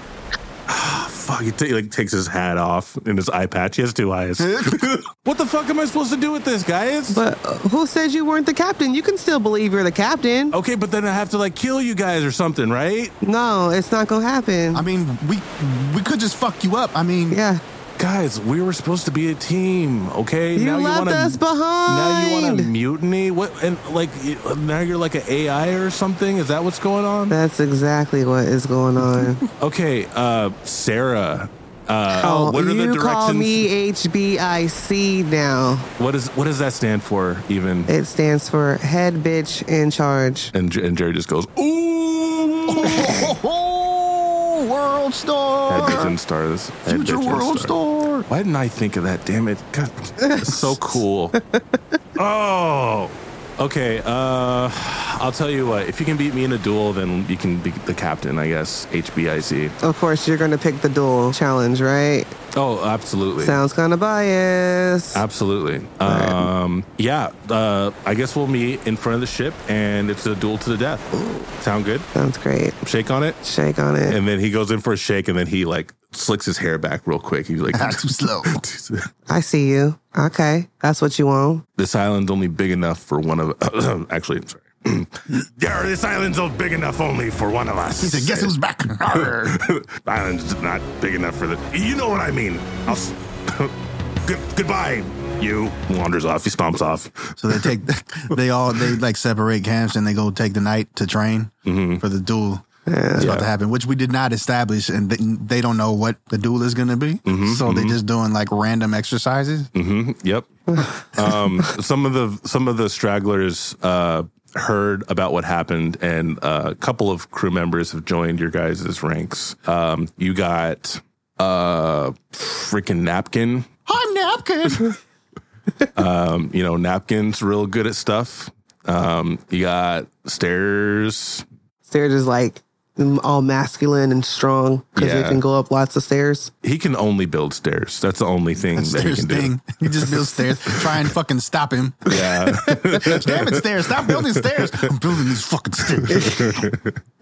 A: Ah, Fuck, he t- like takes his hat off and his eye patch. He has two eyes. what the fuck am I supposed to do with this, guys?
B: But uh, who said you weren't the captain? You can still believe you're the captain.
A: okay, but then I have to like kill you guys or something, right?
B: No, it's not going to happen.
C: I mean, we we could just fuck you up. I mean,
B: yeah.
A: Guys, we were supposed to be a team, okay?
B: You left us
A: Now you want to
B: behind.
A: mutiny? What and like you- now you're like an AI or something? Is that what's going on?
B: That's exactly what is going on.
A: Okay, uh Sarah, uh
B: Oh,
A: what are
B: you
A: the directions?
B: call me HBIC now.
A: What is what does that stand for even?
B: It stands for head bitch in charge.
A: and, Jer- and Jerry just goes, "Ooh!"
C: Oh, world
A: That
C: star,
A: didn't star this. That
C: future
A: didn't
C: world
A: star.
C: star.
A: Why didn't I think of that? Damn it! God, it's so cool. oh, okay. Uh, I'll tell you what. If you can beat me in a duel, then you can be the captain, I guess. HBIC.
B: Of course, you're going to pick the duel challenge, right?
A: Oh, absolutely.
B: Sounds kind of biased.
A: Absolutely.
B: right.
A: Um, yeah. Uh, I guess we'll meet in front of the ship, and it's a duel to the death. Sound good?
B: Sounds great.
A: Shake on it,
B: Shake on it.
A: and then he goes in for a shake, and then he like slicks his hair back real quick. He's like,
C: Not too slow.
B: I see you. Okay. That's what you want.
A: this island's only big enough for one of actually I'm sorry. yeah, this island's all big enough only for one of us.
C: He said, "Guess who's back?" Arr.
A: island's not big enough for the. You know what I mean. I'll. s- Good, goodbye. You wanders off. He stomps off.
C: So they take, they all they like separate camps and they go take the night to train
A: Mm-hmm.
C: for the duel that's about to happen, which we did not establish, and they, they don't know what the duel is going to be.
A: Mm-hmm.
C: so they're just doing like random exercises.
A: Yep. um, some of the some of the stragglers uh, heard about what happened, and uh, a couple of crew members have joined your guys' ranks. Um, you got uh, freaking napkin. Um,
C: I'm napkin.
A: you know, napkins real good at stuff. Um, you got stairs.
B: Stairs is like all masculine and strong because
A: Yeah.
B: it can go up lots of stairs.
A: He can only build stairs. That's the only thing that he
C: Stairs
A: can
C: thing.
A: do.
C: He just builds stairs. Try and fucking stop him.
A: Yeah.
C: Damn it, stairs! Stop building stairs. I'm building these fucking stairs.
A: And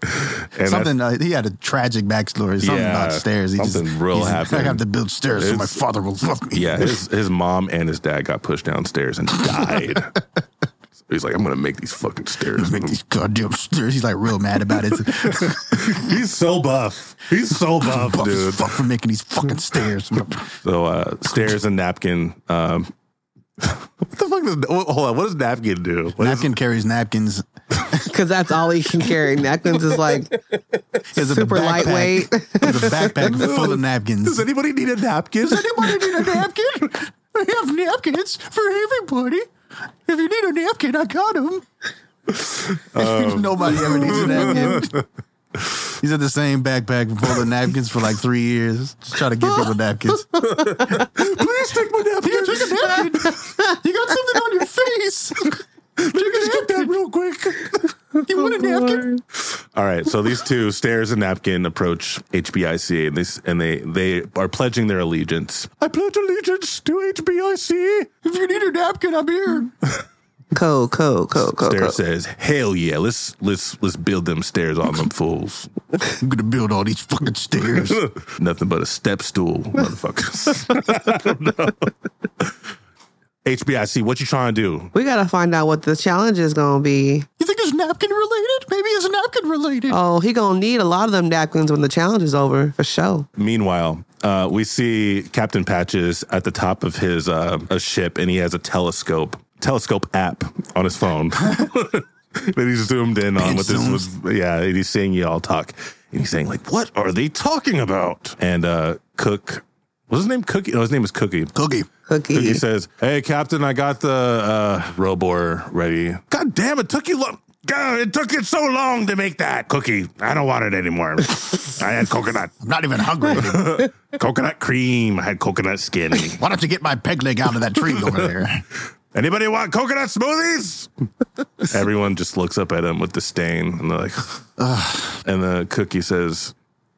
A: that's-
C: something. Uh, he had a tragic backstory. Something
A: Yeah,
C: about stairs. He
A: something real
C: he's-
A: happened.
C: I have to build stairs so my
A: It's-
C: father will love me.
A: yeah, his his mom and his dad got pushed downstairs and died. So he's like, I'm gonna make these fucking stairs.
C: Make these goddamn stairs. He's like real mad about it.
A: He's so buff. He's so buff,
C: Buff as
A: dude.
C: fuck for making these fucking stairs.
A: So uh, stairs and napkin. Um, what the fuck does hold on? What does napkin do? What is-
C: Napkin carries napkins.
B: Because that's all he can carry. Napkins is like
C: Is
B: super lightweight.
C: There's a backpack full of napkins.
A: does anybody need a napkin?
C: anybody need a napkin? I have napkins for everybody. If you need a napkin, I got them. Nobody ever needs a napkin. He's had the same backpack full of napkins for like three years. Just try to get people napkins.
A: Please take my napkin.
C: Here, take a napkin. You got something on your face.
A: Let me just get that real quick.
D: You
C: Oh,
D: want a napkin?
A: All right, so these two stairs and napkin approach HBIC, and they s- and they they are pledging their allegiance. I pledge allegiance to HBIC.
D: If you need a napkin, I'm here.
B: Co, co, co, co,
A: Stair
B: co.
A: says, "Hell yeah, let's let's let's build them stairs on them fools.
C: I'm gonna build all these fucking stairs.
A: Nothing but a step stool, motherfuckers." no. HBIC, what you trying to do?
B: We gotta find out what the challenge is gonna be.
C: You think it's napkin related? Maybe it's napkin related.
B: Oh, he gonna need a lot of them napkins when the challenge is over, for sure.
A: Meanwhile, uh, we see Captain Patches at the top of his uh, a ship, and he has a telescope telescope app on his phone that he's zoomed in on with this. With, yeah, and he's seeing you all talk, and he's saying like, "What are they talking about?" And uh, Cook, what's his name? Cookie. No, his name is Cookie.
C: Cookie.
A: Cookie
B: Cookie.
A: says, "Hey, Captain, I got the uh, Robor ready. God damn, it took you long. God, it took you so long to make that cookie. I don't want it anymore. I had coconut."
C: I'm not even hungry. anymore.
A: coconut cream. I had coconut skin.
C: Why don't you get my peg leg out of that tree over there?
A: Anybody want coconut smoothies? Everyone just looks up at him with disdain and they're like, and the cookie says,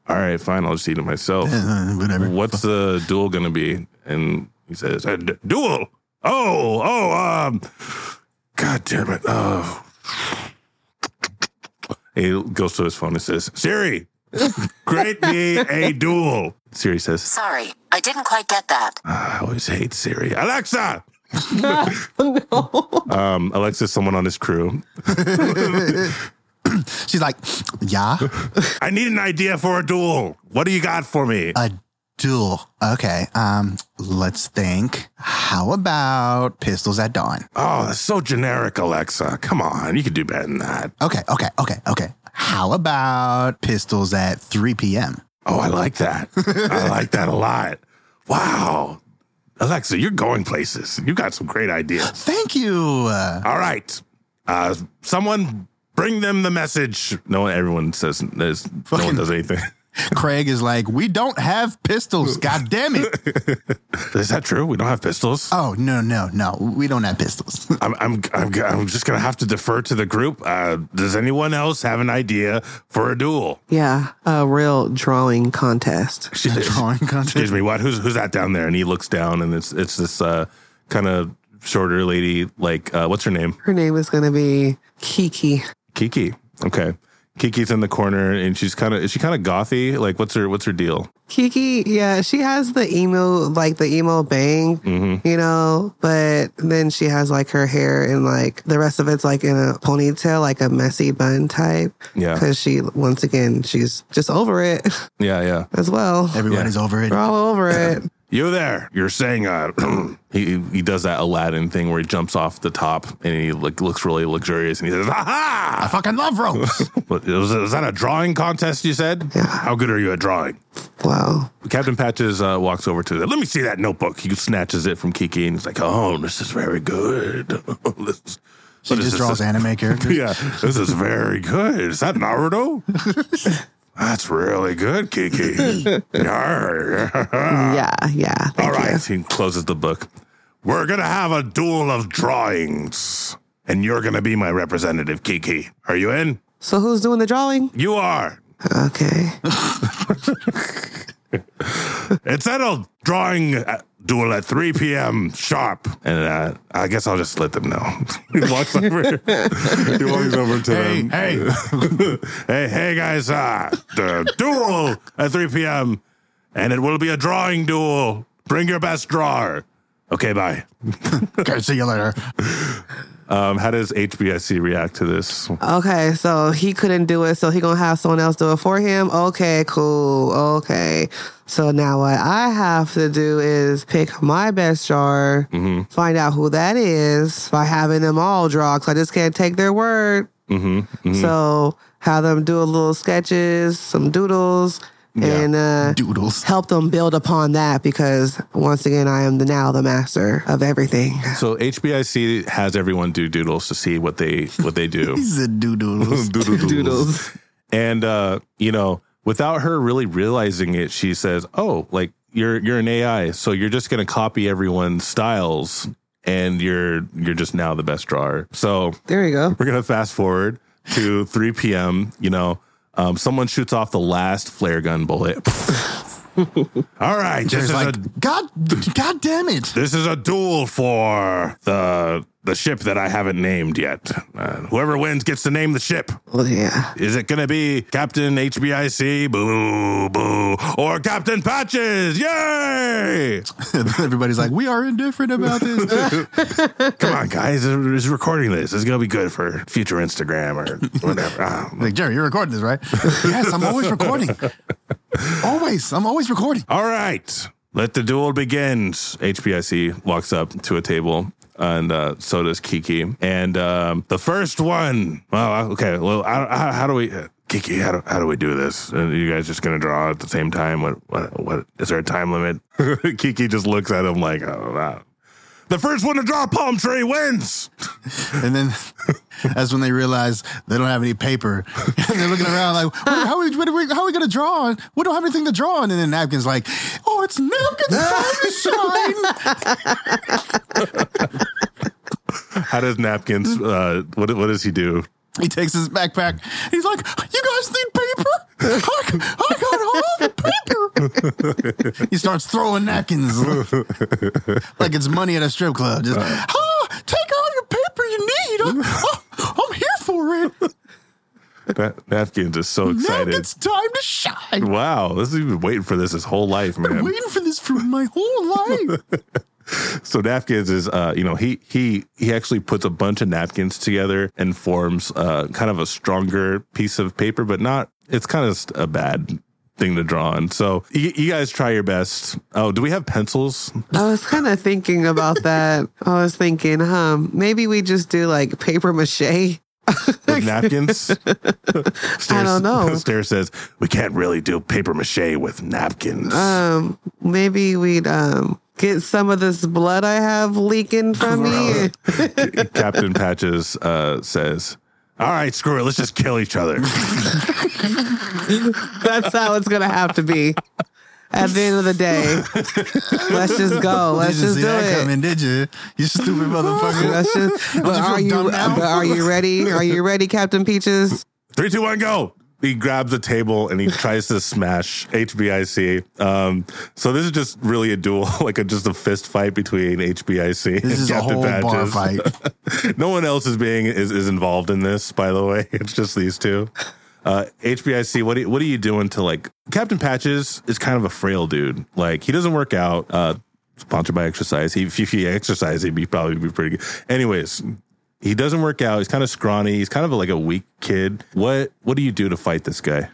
A: All right, fine, I'll just eat it myself.
C: Uh, whatever.
A: What's the duel going to be? And he says, "A d- Duel. Oh, oh, um, God damn it. Oh. He goes to his phone and says, Siri, create me a duel. Siri says,
F: Sorry, I didn't quite get that.
A: I always hate Siri. Alexa. Um, Alexa's someone on his crew.
C: She's like, yeah,
A: I need an idea for a duel. What do you got for me?
C: a duel. Okay. Um, let's think. How about pistols at dawn?
A: oh, that's so generic, Alexa. Come on, you could do better than that.
C: Okay. Okay. Okay. Okay. How about pistols at 3 p.m.?
A: Oh, I like that. I like that a lot. Wow. Alexa, you're going places. You got some great ideas.
C: Thank you. Uh,
A: All right. Uh, someone bring them the message. No one, everyone says, there's, no one
C: Fucking-
A: does anything.
C: Craig is like, we don't have pistols. God damn it.
A: Is that true? We don't have pistols?
C: Oh, no, no, no. We don't have pistols.
A: I'm, I'm, I'm, I'm just going to have to defer to the group. Uh, does anyone else have an idea for a duel?
B: Yeah, a real drawing contest.
A: She says,
C: Drawing
A: Excuse
C: contest.
A: me, what? Who's, who's that down there? And he looks down and it's, it's this uh, kind of shorter lady, like, uh, what's her name?
B: Her name is gonna be Kiki.
A: Kiki. Okay. Kiki's in the corner and she's kind of, is she kind of gothy? Like, what's her, what's her deal?
B: Kiki, yeah, she has the emo, like the emo bang, you know, but then she has like her hair and like the rest of it's like in a ponytail, like a messy bun type.
A: Yeah.
B: Cause she, once again, she's just over it
A: Yeah, yeah.
B: as well.
C: Everybody's over it.
A: Uh,
B: We're all over it.
A: You there? You're saying uh, he he does that Aladdin thing where he jumps off the top and he like looks really luxurious and he says, "Aha!"
C: I fucking love ropes.
A: What, was, was that a drawing contest you said?
B: Yeah.
A: How good are you at drawing?
B: Wow.
A: Captain Patches uh, walks over to it. Let me see that notebook. He snatches it from Kiki and he's like, oh, this is very good. this is,
C: she
A: what is
C: just
A: this?
C: draws
A: This-
C: anime characters.
A: Yeah, this is very good. Is that Naruto? That's really good, Kiki. Yarr.
B: yeah. Yeah. Thank
A: All right.
B: you.
A: He closes the book. We're going to have a duel of drawings. And you're going to be my representative, Kiki. Are you in?
B: So who's doing the drawing?
A: You are.
B: Okay.
A: It's settled. Drawing uh, duel at 3 p.m. sharp. And uh, I guess I'll just let them know. he walks over. he walks over to
C: Hey,
A: them.
C: hey.
A: hey, hey, guys. Uh, the duel at 3 p.m. And it will be a drawing duel. Bring your best drawer. Okay, bye.
C: Okay, see you later.
A: Um, how does HBSC react to this?
B: Okay, so he couldn't do it, so he gonna have someone else do it for him. Okay, cool. Okay, so now what I have to do is pick my best jar, find out who that is by having them all draw, cause I just can't take their word. So have them do a little sketches, some doodles, and uh,
C: Doodles.
B: help them build upon that because once again, I am the now the master of everything.
A: So HBIC has everyone do doodles to see what they what they do.
C: He said doodles.
A: doodles. And uh, you know, without her really realizing it, she says, "Oh, like you're you're an AI, so you're just going to copy everyone's styles and you're you're just now the best drawer." So,
B: There you go.
A: we're going to fast forward to 3 p.m. You know, um, someone shoots off the last flare gun bullet. All right, this
C: There's
A: is
C: like,
A: a
C: God, God damn it.
A: this is a duel for the the ship that I haven't named yet. Uh, whoever wins gets to name the ship.
B: Well, yeah.
A: Is it gonna be Captain HBIC? Boo boo, or Captain Patches? Yay!
C: Everybody's like, we are indifferent about this.
A: Come on, guys, is recording this. It's gonna be good for future Instagram or whatever. Ah, I don't know.
C: like, Jerry, you're recording this, right? yes, I'm always recording. Always. I'm always recording.
A: All right, let the duel begin. HBIC walks up to a table, and uh, so does Kiki. And um, the first one. Well, okay. Well, how, how, how do we, Kiki? How do, how do we do this? Are you guys just gonna draw at the same time? What? What? what is there a time limit? Kiki just looks at him like, oh, wow. The first one to draw a palm tree wins.
C: And then that's when they realize they don't have any paper. and they're looking around like, "Wait, how, are we, what are we, how are we going to draw? on? We don't have anything to draw. on." And then Napkin's like, oh, it's Napkin's time to shine.
A: How does napkins? Uh, what? What does he do?
C: He takes his backpack. He's like, "You guys need paper? I, I got all the paper." he starts throwing napkins like it's money at a strip club.
A: Uh.
C: Just, "Ah, take all your paper you need. I'm, I'm- I'm here for it.
A: Na- napkins is so
C: Now
A: excited.
C: it's time to shine.
A: Wow, this has been waiting for this his whole life, man.
C: Waiting for this for my whole life.
A: So napkins is, uh, you know, he he he actually puts a bunch of napkins together and forms uh, kind of a stronger piece of paper, but not. It's kind of a bad thing to draw on. So you, you guys try your best. Oh, do we have pencils?
B: I was kind of thinking about that. I was thinking, huh, maybe we just do like paper mache.
A: With napkins? Stair,
B: I don't know.
A: Stair says we can't really do paper mache with napkins.
B: Um, maybe we'd um get some of this blood I have leaking from me.
A: Captain Patches uh, says, "All right, screw it. Let's just kill each other."
B: That's how it's gonna have to be. At the end of the day, let's just go. Let's
C: Didn't
B: just
C: see
B: do
C: that
B: it.
C: coming, did you? You stupid motherfucker.
B: Let's just. But
C: you feel
B: are you?
C: dumb now?
B: But are you ready? Are you ready, Captain Peaches?
A: Three, two, one, go. He grabs a table and he tries to smash HBIC. Um, so this is just really a duel, like a, just a fist fight between HBIC
C: This
A: and
C: is a
A: Captain
C: whole bar
A: Patches.
C: fight.
A: no one else is being is, is involved in this, by the way. It's just these two. Uh, HBIC, what are, you- what are you doing to like Captain Patches is kind of a frail dude. Like he doesn't work out. Uh, sponsored by exercise. He, if he exercised, he'd be probably be pretty good. Anyways, he doesn't work out. He's kind of scrawny. He's kind of like a weak kid. What what do you do to fight this guy?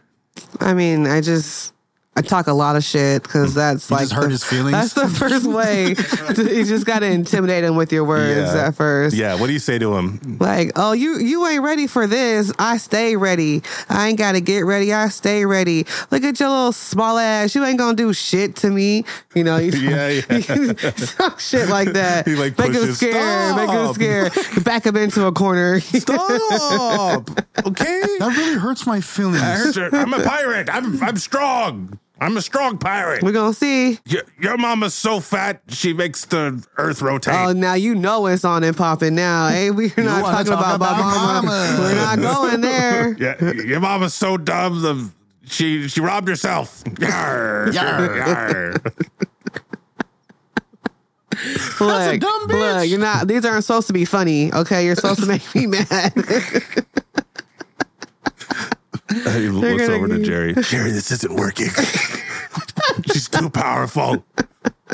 B: I mean, I just I talk a lot of shit
A: Mm.
B: because that's like
C: just hurt
B: the-
C: his feelings?
B: That's the first way. to- you just gotta intimidate him with your words
A: Yeah.
B: at first.
A: Yeah, what do you say to him?
B: Like, oh, you you ain't ready for this. I stay ready. I ain't gotta get ready. I stay ready. Look at your little small ass. You ain't gonna do shit to me. You know, you
A: Yeah, yeah.
B: talk shit like that.
A: He, like,
B: make him
A: pushes,
B: scared. Make him
A: "Stop!"
B: scared. Back him into a corner.
A: Stop. okay.
C: That really hurts my feelings.
A: I heard you- I'm a pirate. I'm I'm strong. I'm a strong pirate.
B: We're gonna see.
A: Your, your mama's so fat she makes the earth rotate.
B: Oh, now you know it's on and popping now. Hey, we're not
C: wanna
B: talking
C: talk
B: about, my
C: about
B: mama.
C: mama.
B: We're not going there.
A: yeah, your mama's so dumb the she she robbed herself. Yarr,
C: Yarr.
A: yarr.
B: look,
C: dumb
B: look,
C: bitch.
B: you're not. These aren't supposed to be funny. Okay, you're supposed to make me mad.
A: He looks
B: gonna
A: over to
B: be-
A: Jerry. Jerry, this isn't working. She's too powerful.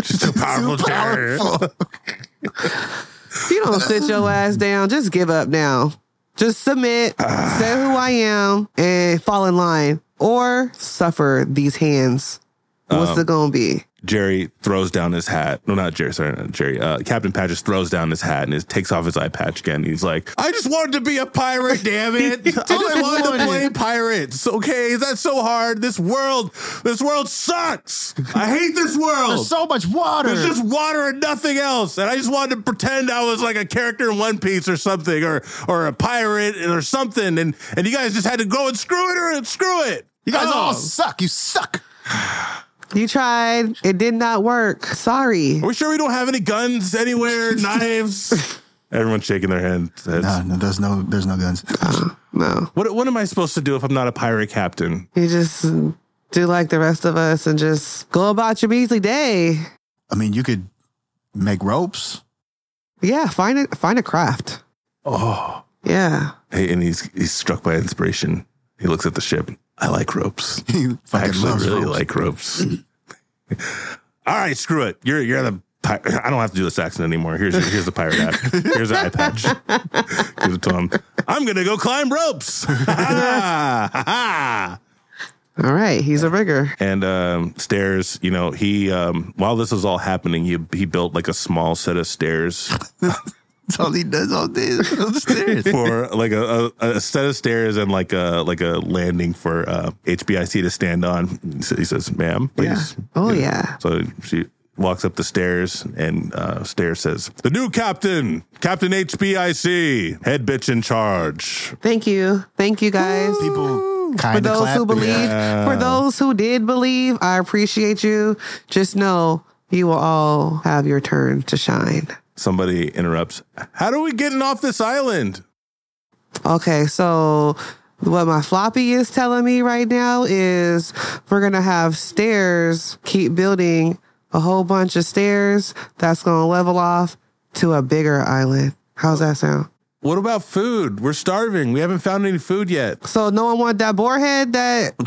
A: She's too powerful, Jerry.
B: you don't sit your ass down. Just give up now. Just submit, say who I am, and fall in line, or suffer these hands. What's
C: Um,
B: it gonna be?
A: Jerry throws down his hat. No, not Jerry. Sorry, not Jerry. Uh, Captain Patches throws down his hat and is, takes off his eye patch again. He's like, "I just wanted to be a pirate, damn it! All I wanted to play pirates. Okay, is that so hard? This world, this world sucks. I hate this world.
C: There's so much water.
A: There's just water and nothing else. And I just wanted to pretend I was like a character in One Piece or something, or or a pirate or something. And and you guys just had to go and screw it or and screw it.
C: you guys
A: Oh.
C: all suck. You suck.
B: You tried. It did not work. Sorry.
A: Are we sure we don't have any guns anywhere, knives? Everyone's shaking their head- heads.
C: Nah, no, there's no, there's no guns.
B: No.
A: What what am I supposed to do if I'm not a pirate captain?
B: You just do like the rest of us and just go about your measly day.
C: I mean, you could make ropes.
B: Yeah, find a find a craft.
A: Oh,
B: Yeah.
A: hey, and he's he's struck by inspiration. He looks at the ship. I like ropes.
C: He
A: I
C: fucking
A: actually
C: loves
A: really
C: ropes.
A: like ropes. All right, screw it. You're you're the pi- I don't have to do this accent anymore. Here's your, here's the pirate app. Here's an eye patch. Give it to him. I'm gonna go climb ropes.
B: All right, he's a rigger.
A: and um, stairs. You know, he um, while this was all happening, he he built like a small set of stairs
C: That's all he does all day. is go upstairs.
A: for like a, a, a set of stairs and like a like a landing for uh, HBIC to stand on. So he says, "Ma'am, please."
B: Oh yeah.
A: So she walks up the stairs and uh, stairs says, "The new captain, Captain HBIC, head bitch in charge."
B: Thank you. Thank you guys.
C: People
B: For
C: kind of
B: those
C: clap.
B: who believe, for those who did believe, I appreciate you. Just know you will all have your turn to shine.
A: Somebody interrupts. How do we getting off this island?
B: Okay, so what my floppy is telling me right now is we're gonna have stairs, keep building a whole bunch of stairs that's gonna level off to a bigger island. How's that sound?
A: What about food? We're starving. We haven't found any food yet.
B: So no one want that boar head that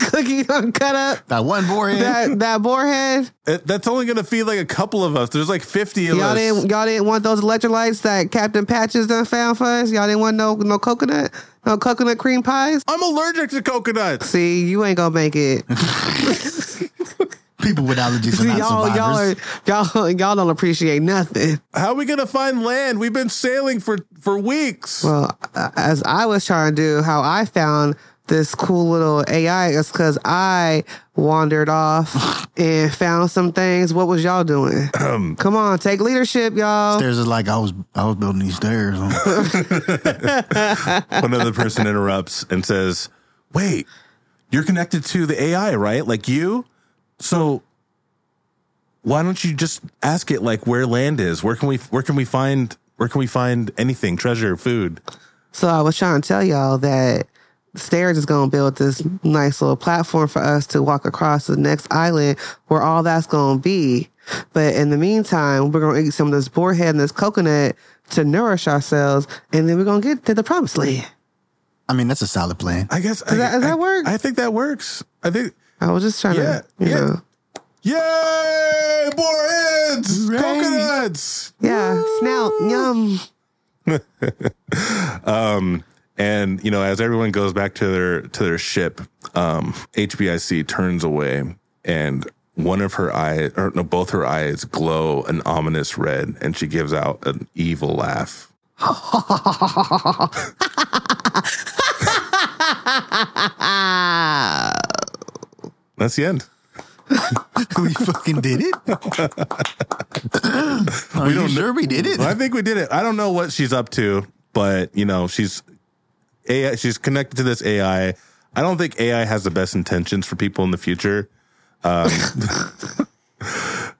B: cookie done cut up.
C: That one boy.
B: That that boar head.
A: It- that's only going to feed like a couple of us. There's like 50 of
B: Y'all
A: us.
B: didn't y'all didn't want those electrolytes that Captain Patches done found for us. Y'all didn't want no no coconut, no coconut cream pies.
A: I'm allergic to coconuts.
B: See, you ain't gonna make it.
C: People with allergies are
B: See,
C: not
B: y'all, y'all, are,
C: survivors.
B: y'all, y'all don't appreciate nothing.
A: How are we going to find land? We've been sailing for, for weeks.
B: Well, uh, as I was trying to do, how I found this cool little AI is because I wandered off and found some things. What was y'all doing? Come on, take leadership, y'all.
C: Stairs is like I was, I was building these stairs.
A: Another person interrupts and says, Wait, you're connected to the AI, right? Like you? So why don't you just ask it like where land is? Where can we where can we find where can we find anything? Treasure, food.
B: So I was trying to tell y'all that Stairs is going to build this nice little platform for us to walk across to the next island where all that's going to be. But in the meantime, we're going to eat some of this boar head and this coconut to nourish ourselves, and then we're going to get to the promised land.
C: I mean, that's a solid plan.
A: I guess
B: that- does that
A: I-
B: work?
A: I think that works. I think
B: I was just trying
A: Yeah,
B: to, you
A: yeah.
B: know,
A: Yay! More heads!
C: Hooray!
A: Coconuts!
B: yeah, snout, yum.
A: And you know, as everyone goes back to their to their ship, um, HBIC turns away, and one of her eyes, or no, both her eyes glow an ominous red, and she gives out an evil laugh. That's the end.
C: we fucking did it. are we you
A: don't know-
C: sure we did it?
A: Well, I think we did it. I don't know what she's up to, but you know, she's AI, she's connected to this AI. I don't think AI has the best intentions for people in the future. Um,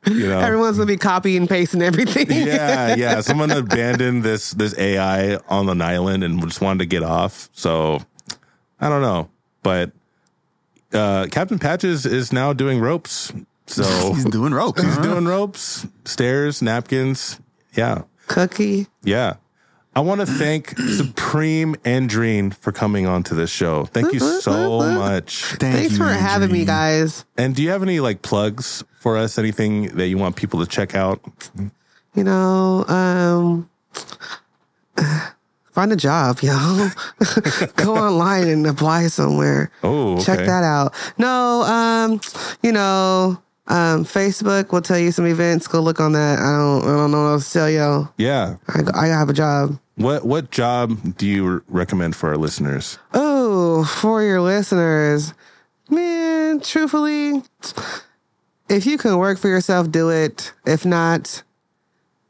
A: you know,
B: Everyone's going to be copying and pasting everything.
A: yeah, yeah. Someone abandoned this this AI on an island and just wanted to get off. So I don't know, but uh, Captain Patches is now doing ropes. So
C: He's doing ropes.
A: he's doing ropes, stairs, napkins. Yeah.
B: Cookie.
A: Yeah. I want to thank Supreme Andreen for coming onto this show. Thank you so much.
C: Thank
B: Thanks
C: you,
B: for having me,
C: Andrew.
B: guys.
A: And do you have any like plugs for us? Anything that you want people to check out?
B: you know, um, find a job, y'all. Go online and apply somewhere.
A: Oh, okay.
B: check that out. No, um, you know, um, Facebook will tell you some events. Go look on that. I don't, I don't know what else to tell y'all.
A: Yeah.
B: I, I have a job.
A: What what job do you re- recommend for our listeners?
B: Oh, for your listeners, man, truthfully, if you can work for yourself, do it. If not,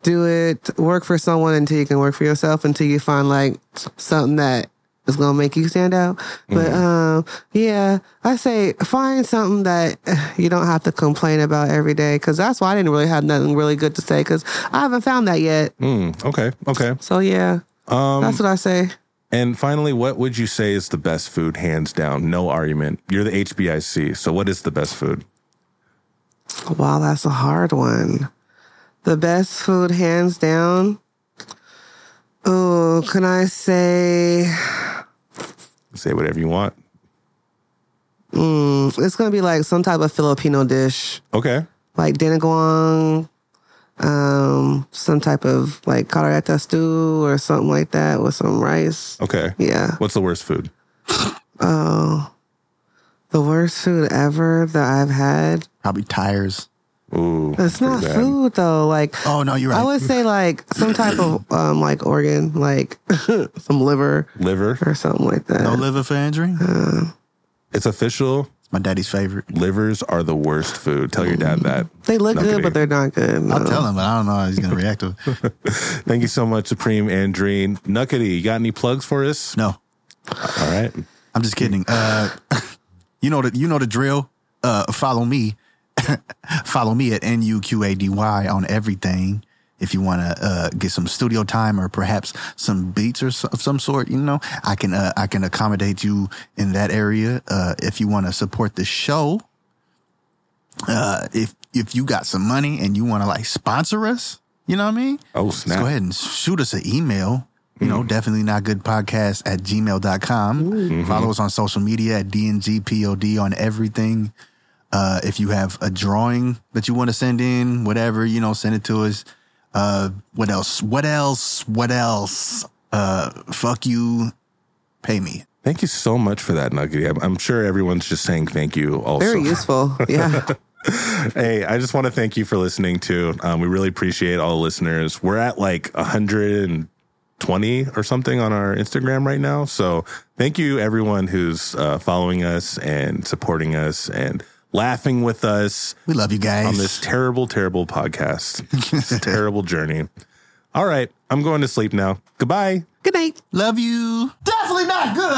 B: do it. Work for someone until you can work for yourself, until you find like something that is gonna make you stand out. But um, yeah, I say find something that uh, you don't have to complain about every day, because that's why I didn't really have nothing really good to say, because I haven't found that yet.
A: Mm, okay. Okay.
B: So yeah, that's what I say.
A: And finally, what would you say is the best food, hands down? No argument. You're the HBIC. So what is the best food?
B: Wow, that's a hard one. The best food, hands down. Oh, can I say
A: Say whatever you want.
B: it's gonna be like some type of Filipino dish,
A: Okay.
B: like dinaguang, um, some type of like caldereta stew or something like that with some rice.
A: Okay.
B: Yeah,
A: What's the worst food?
B: the worst food ever that I've had.
C: Probably tires.
A: Ooh.
B: It's not
A: bad.
B: food though. Like
C: Oh, no, you're right.
B: I would say like some type of um like organ, like some liver
A: Liver.
B: or something like that.
C: No liver for Andrew.
A: It's official.
C: It's my daddy's favorite.
A: Livers are the worst food. Tell your dad that.
B: they look
A: Not
B: good,
A: kidding.
B: but they're not good.
C: I'll
B: no.
C: tell him, but I don't know how he's gonna react to it.
A: Thank you so much, Supreme Andreen. Nuckety, you got any plugs for us?
C: No,
A: All right.
C: I'm just kidding. Uh, you know the you know the drill. Uh, follow me, follow me at nuqady on everything. If you want to uh, get some studio time or perhaps some beats or so, of some sort, you know, I can uh, I can accommodate you in that area. Uh, if you want to support the show, uh, if if you got some money and you want to like sponsor us, you know what I mean?
A: Oh,
C: Just
A: snap. Mm.
C: go ahead and shoot us an email. You know, definitely not good podcast at gmail.com.
A: Mm-hmm.
C: Follow us on social media at DNGPOD on everything. Uh, if you have a drawing that you want to send in, whatever, you know, send it to us. Uh, what else? What else? What else? Uh, fuck you. Pay me.
A: Thank you so much for that, Nuggety. I'm, I'm sure everyone's just saying thank you also.
B: Very useful. Yeah.
A: Hey, I just want to thank you for listening too. Um, we really appreciate all the listeners. We're at like 120 or something on our Instagram right now. So thank you everyone who's uh, following us and supporting us and laughing with us
C: We love you guys.
A: on this terrible, terrible podcast. It's a terrible journey. All right, I'm going to sleep now. Goodbye.
B: good night.
C: love you.
D: Definitely not good.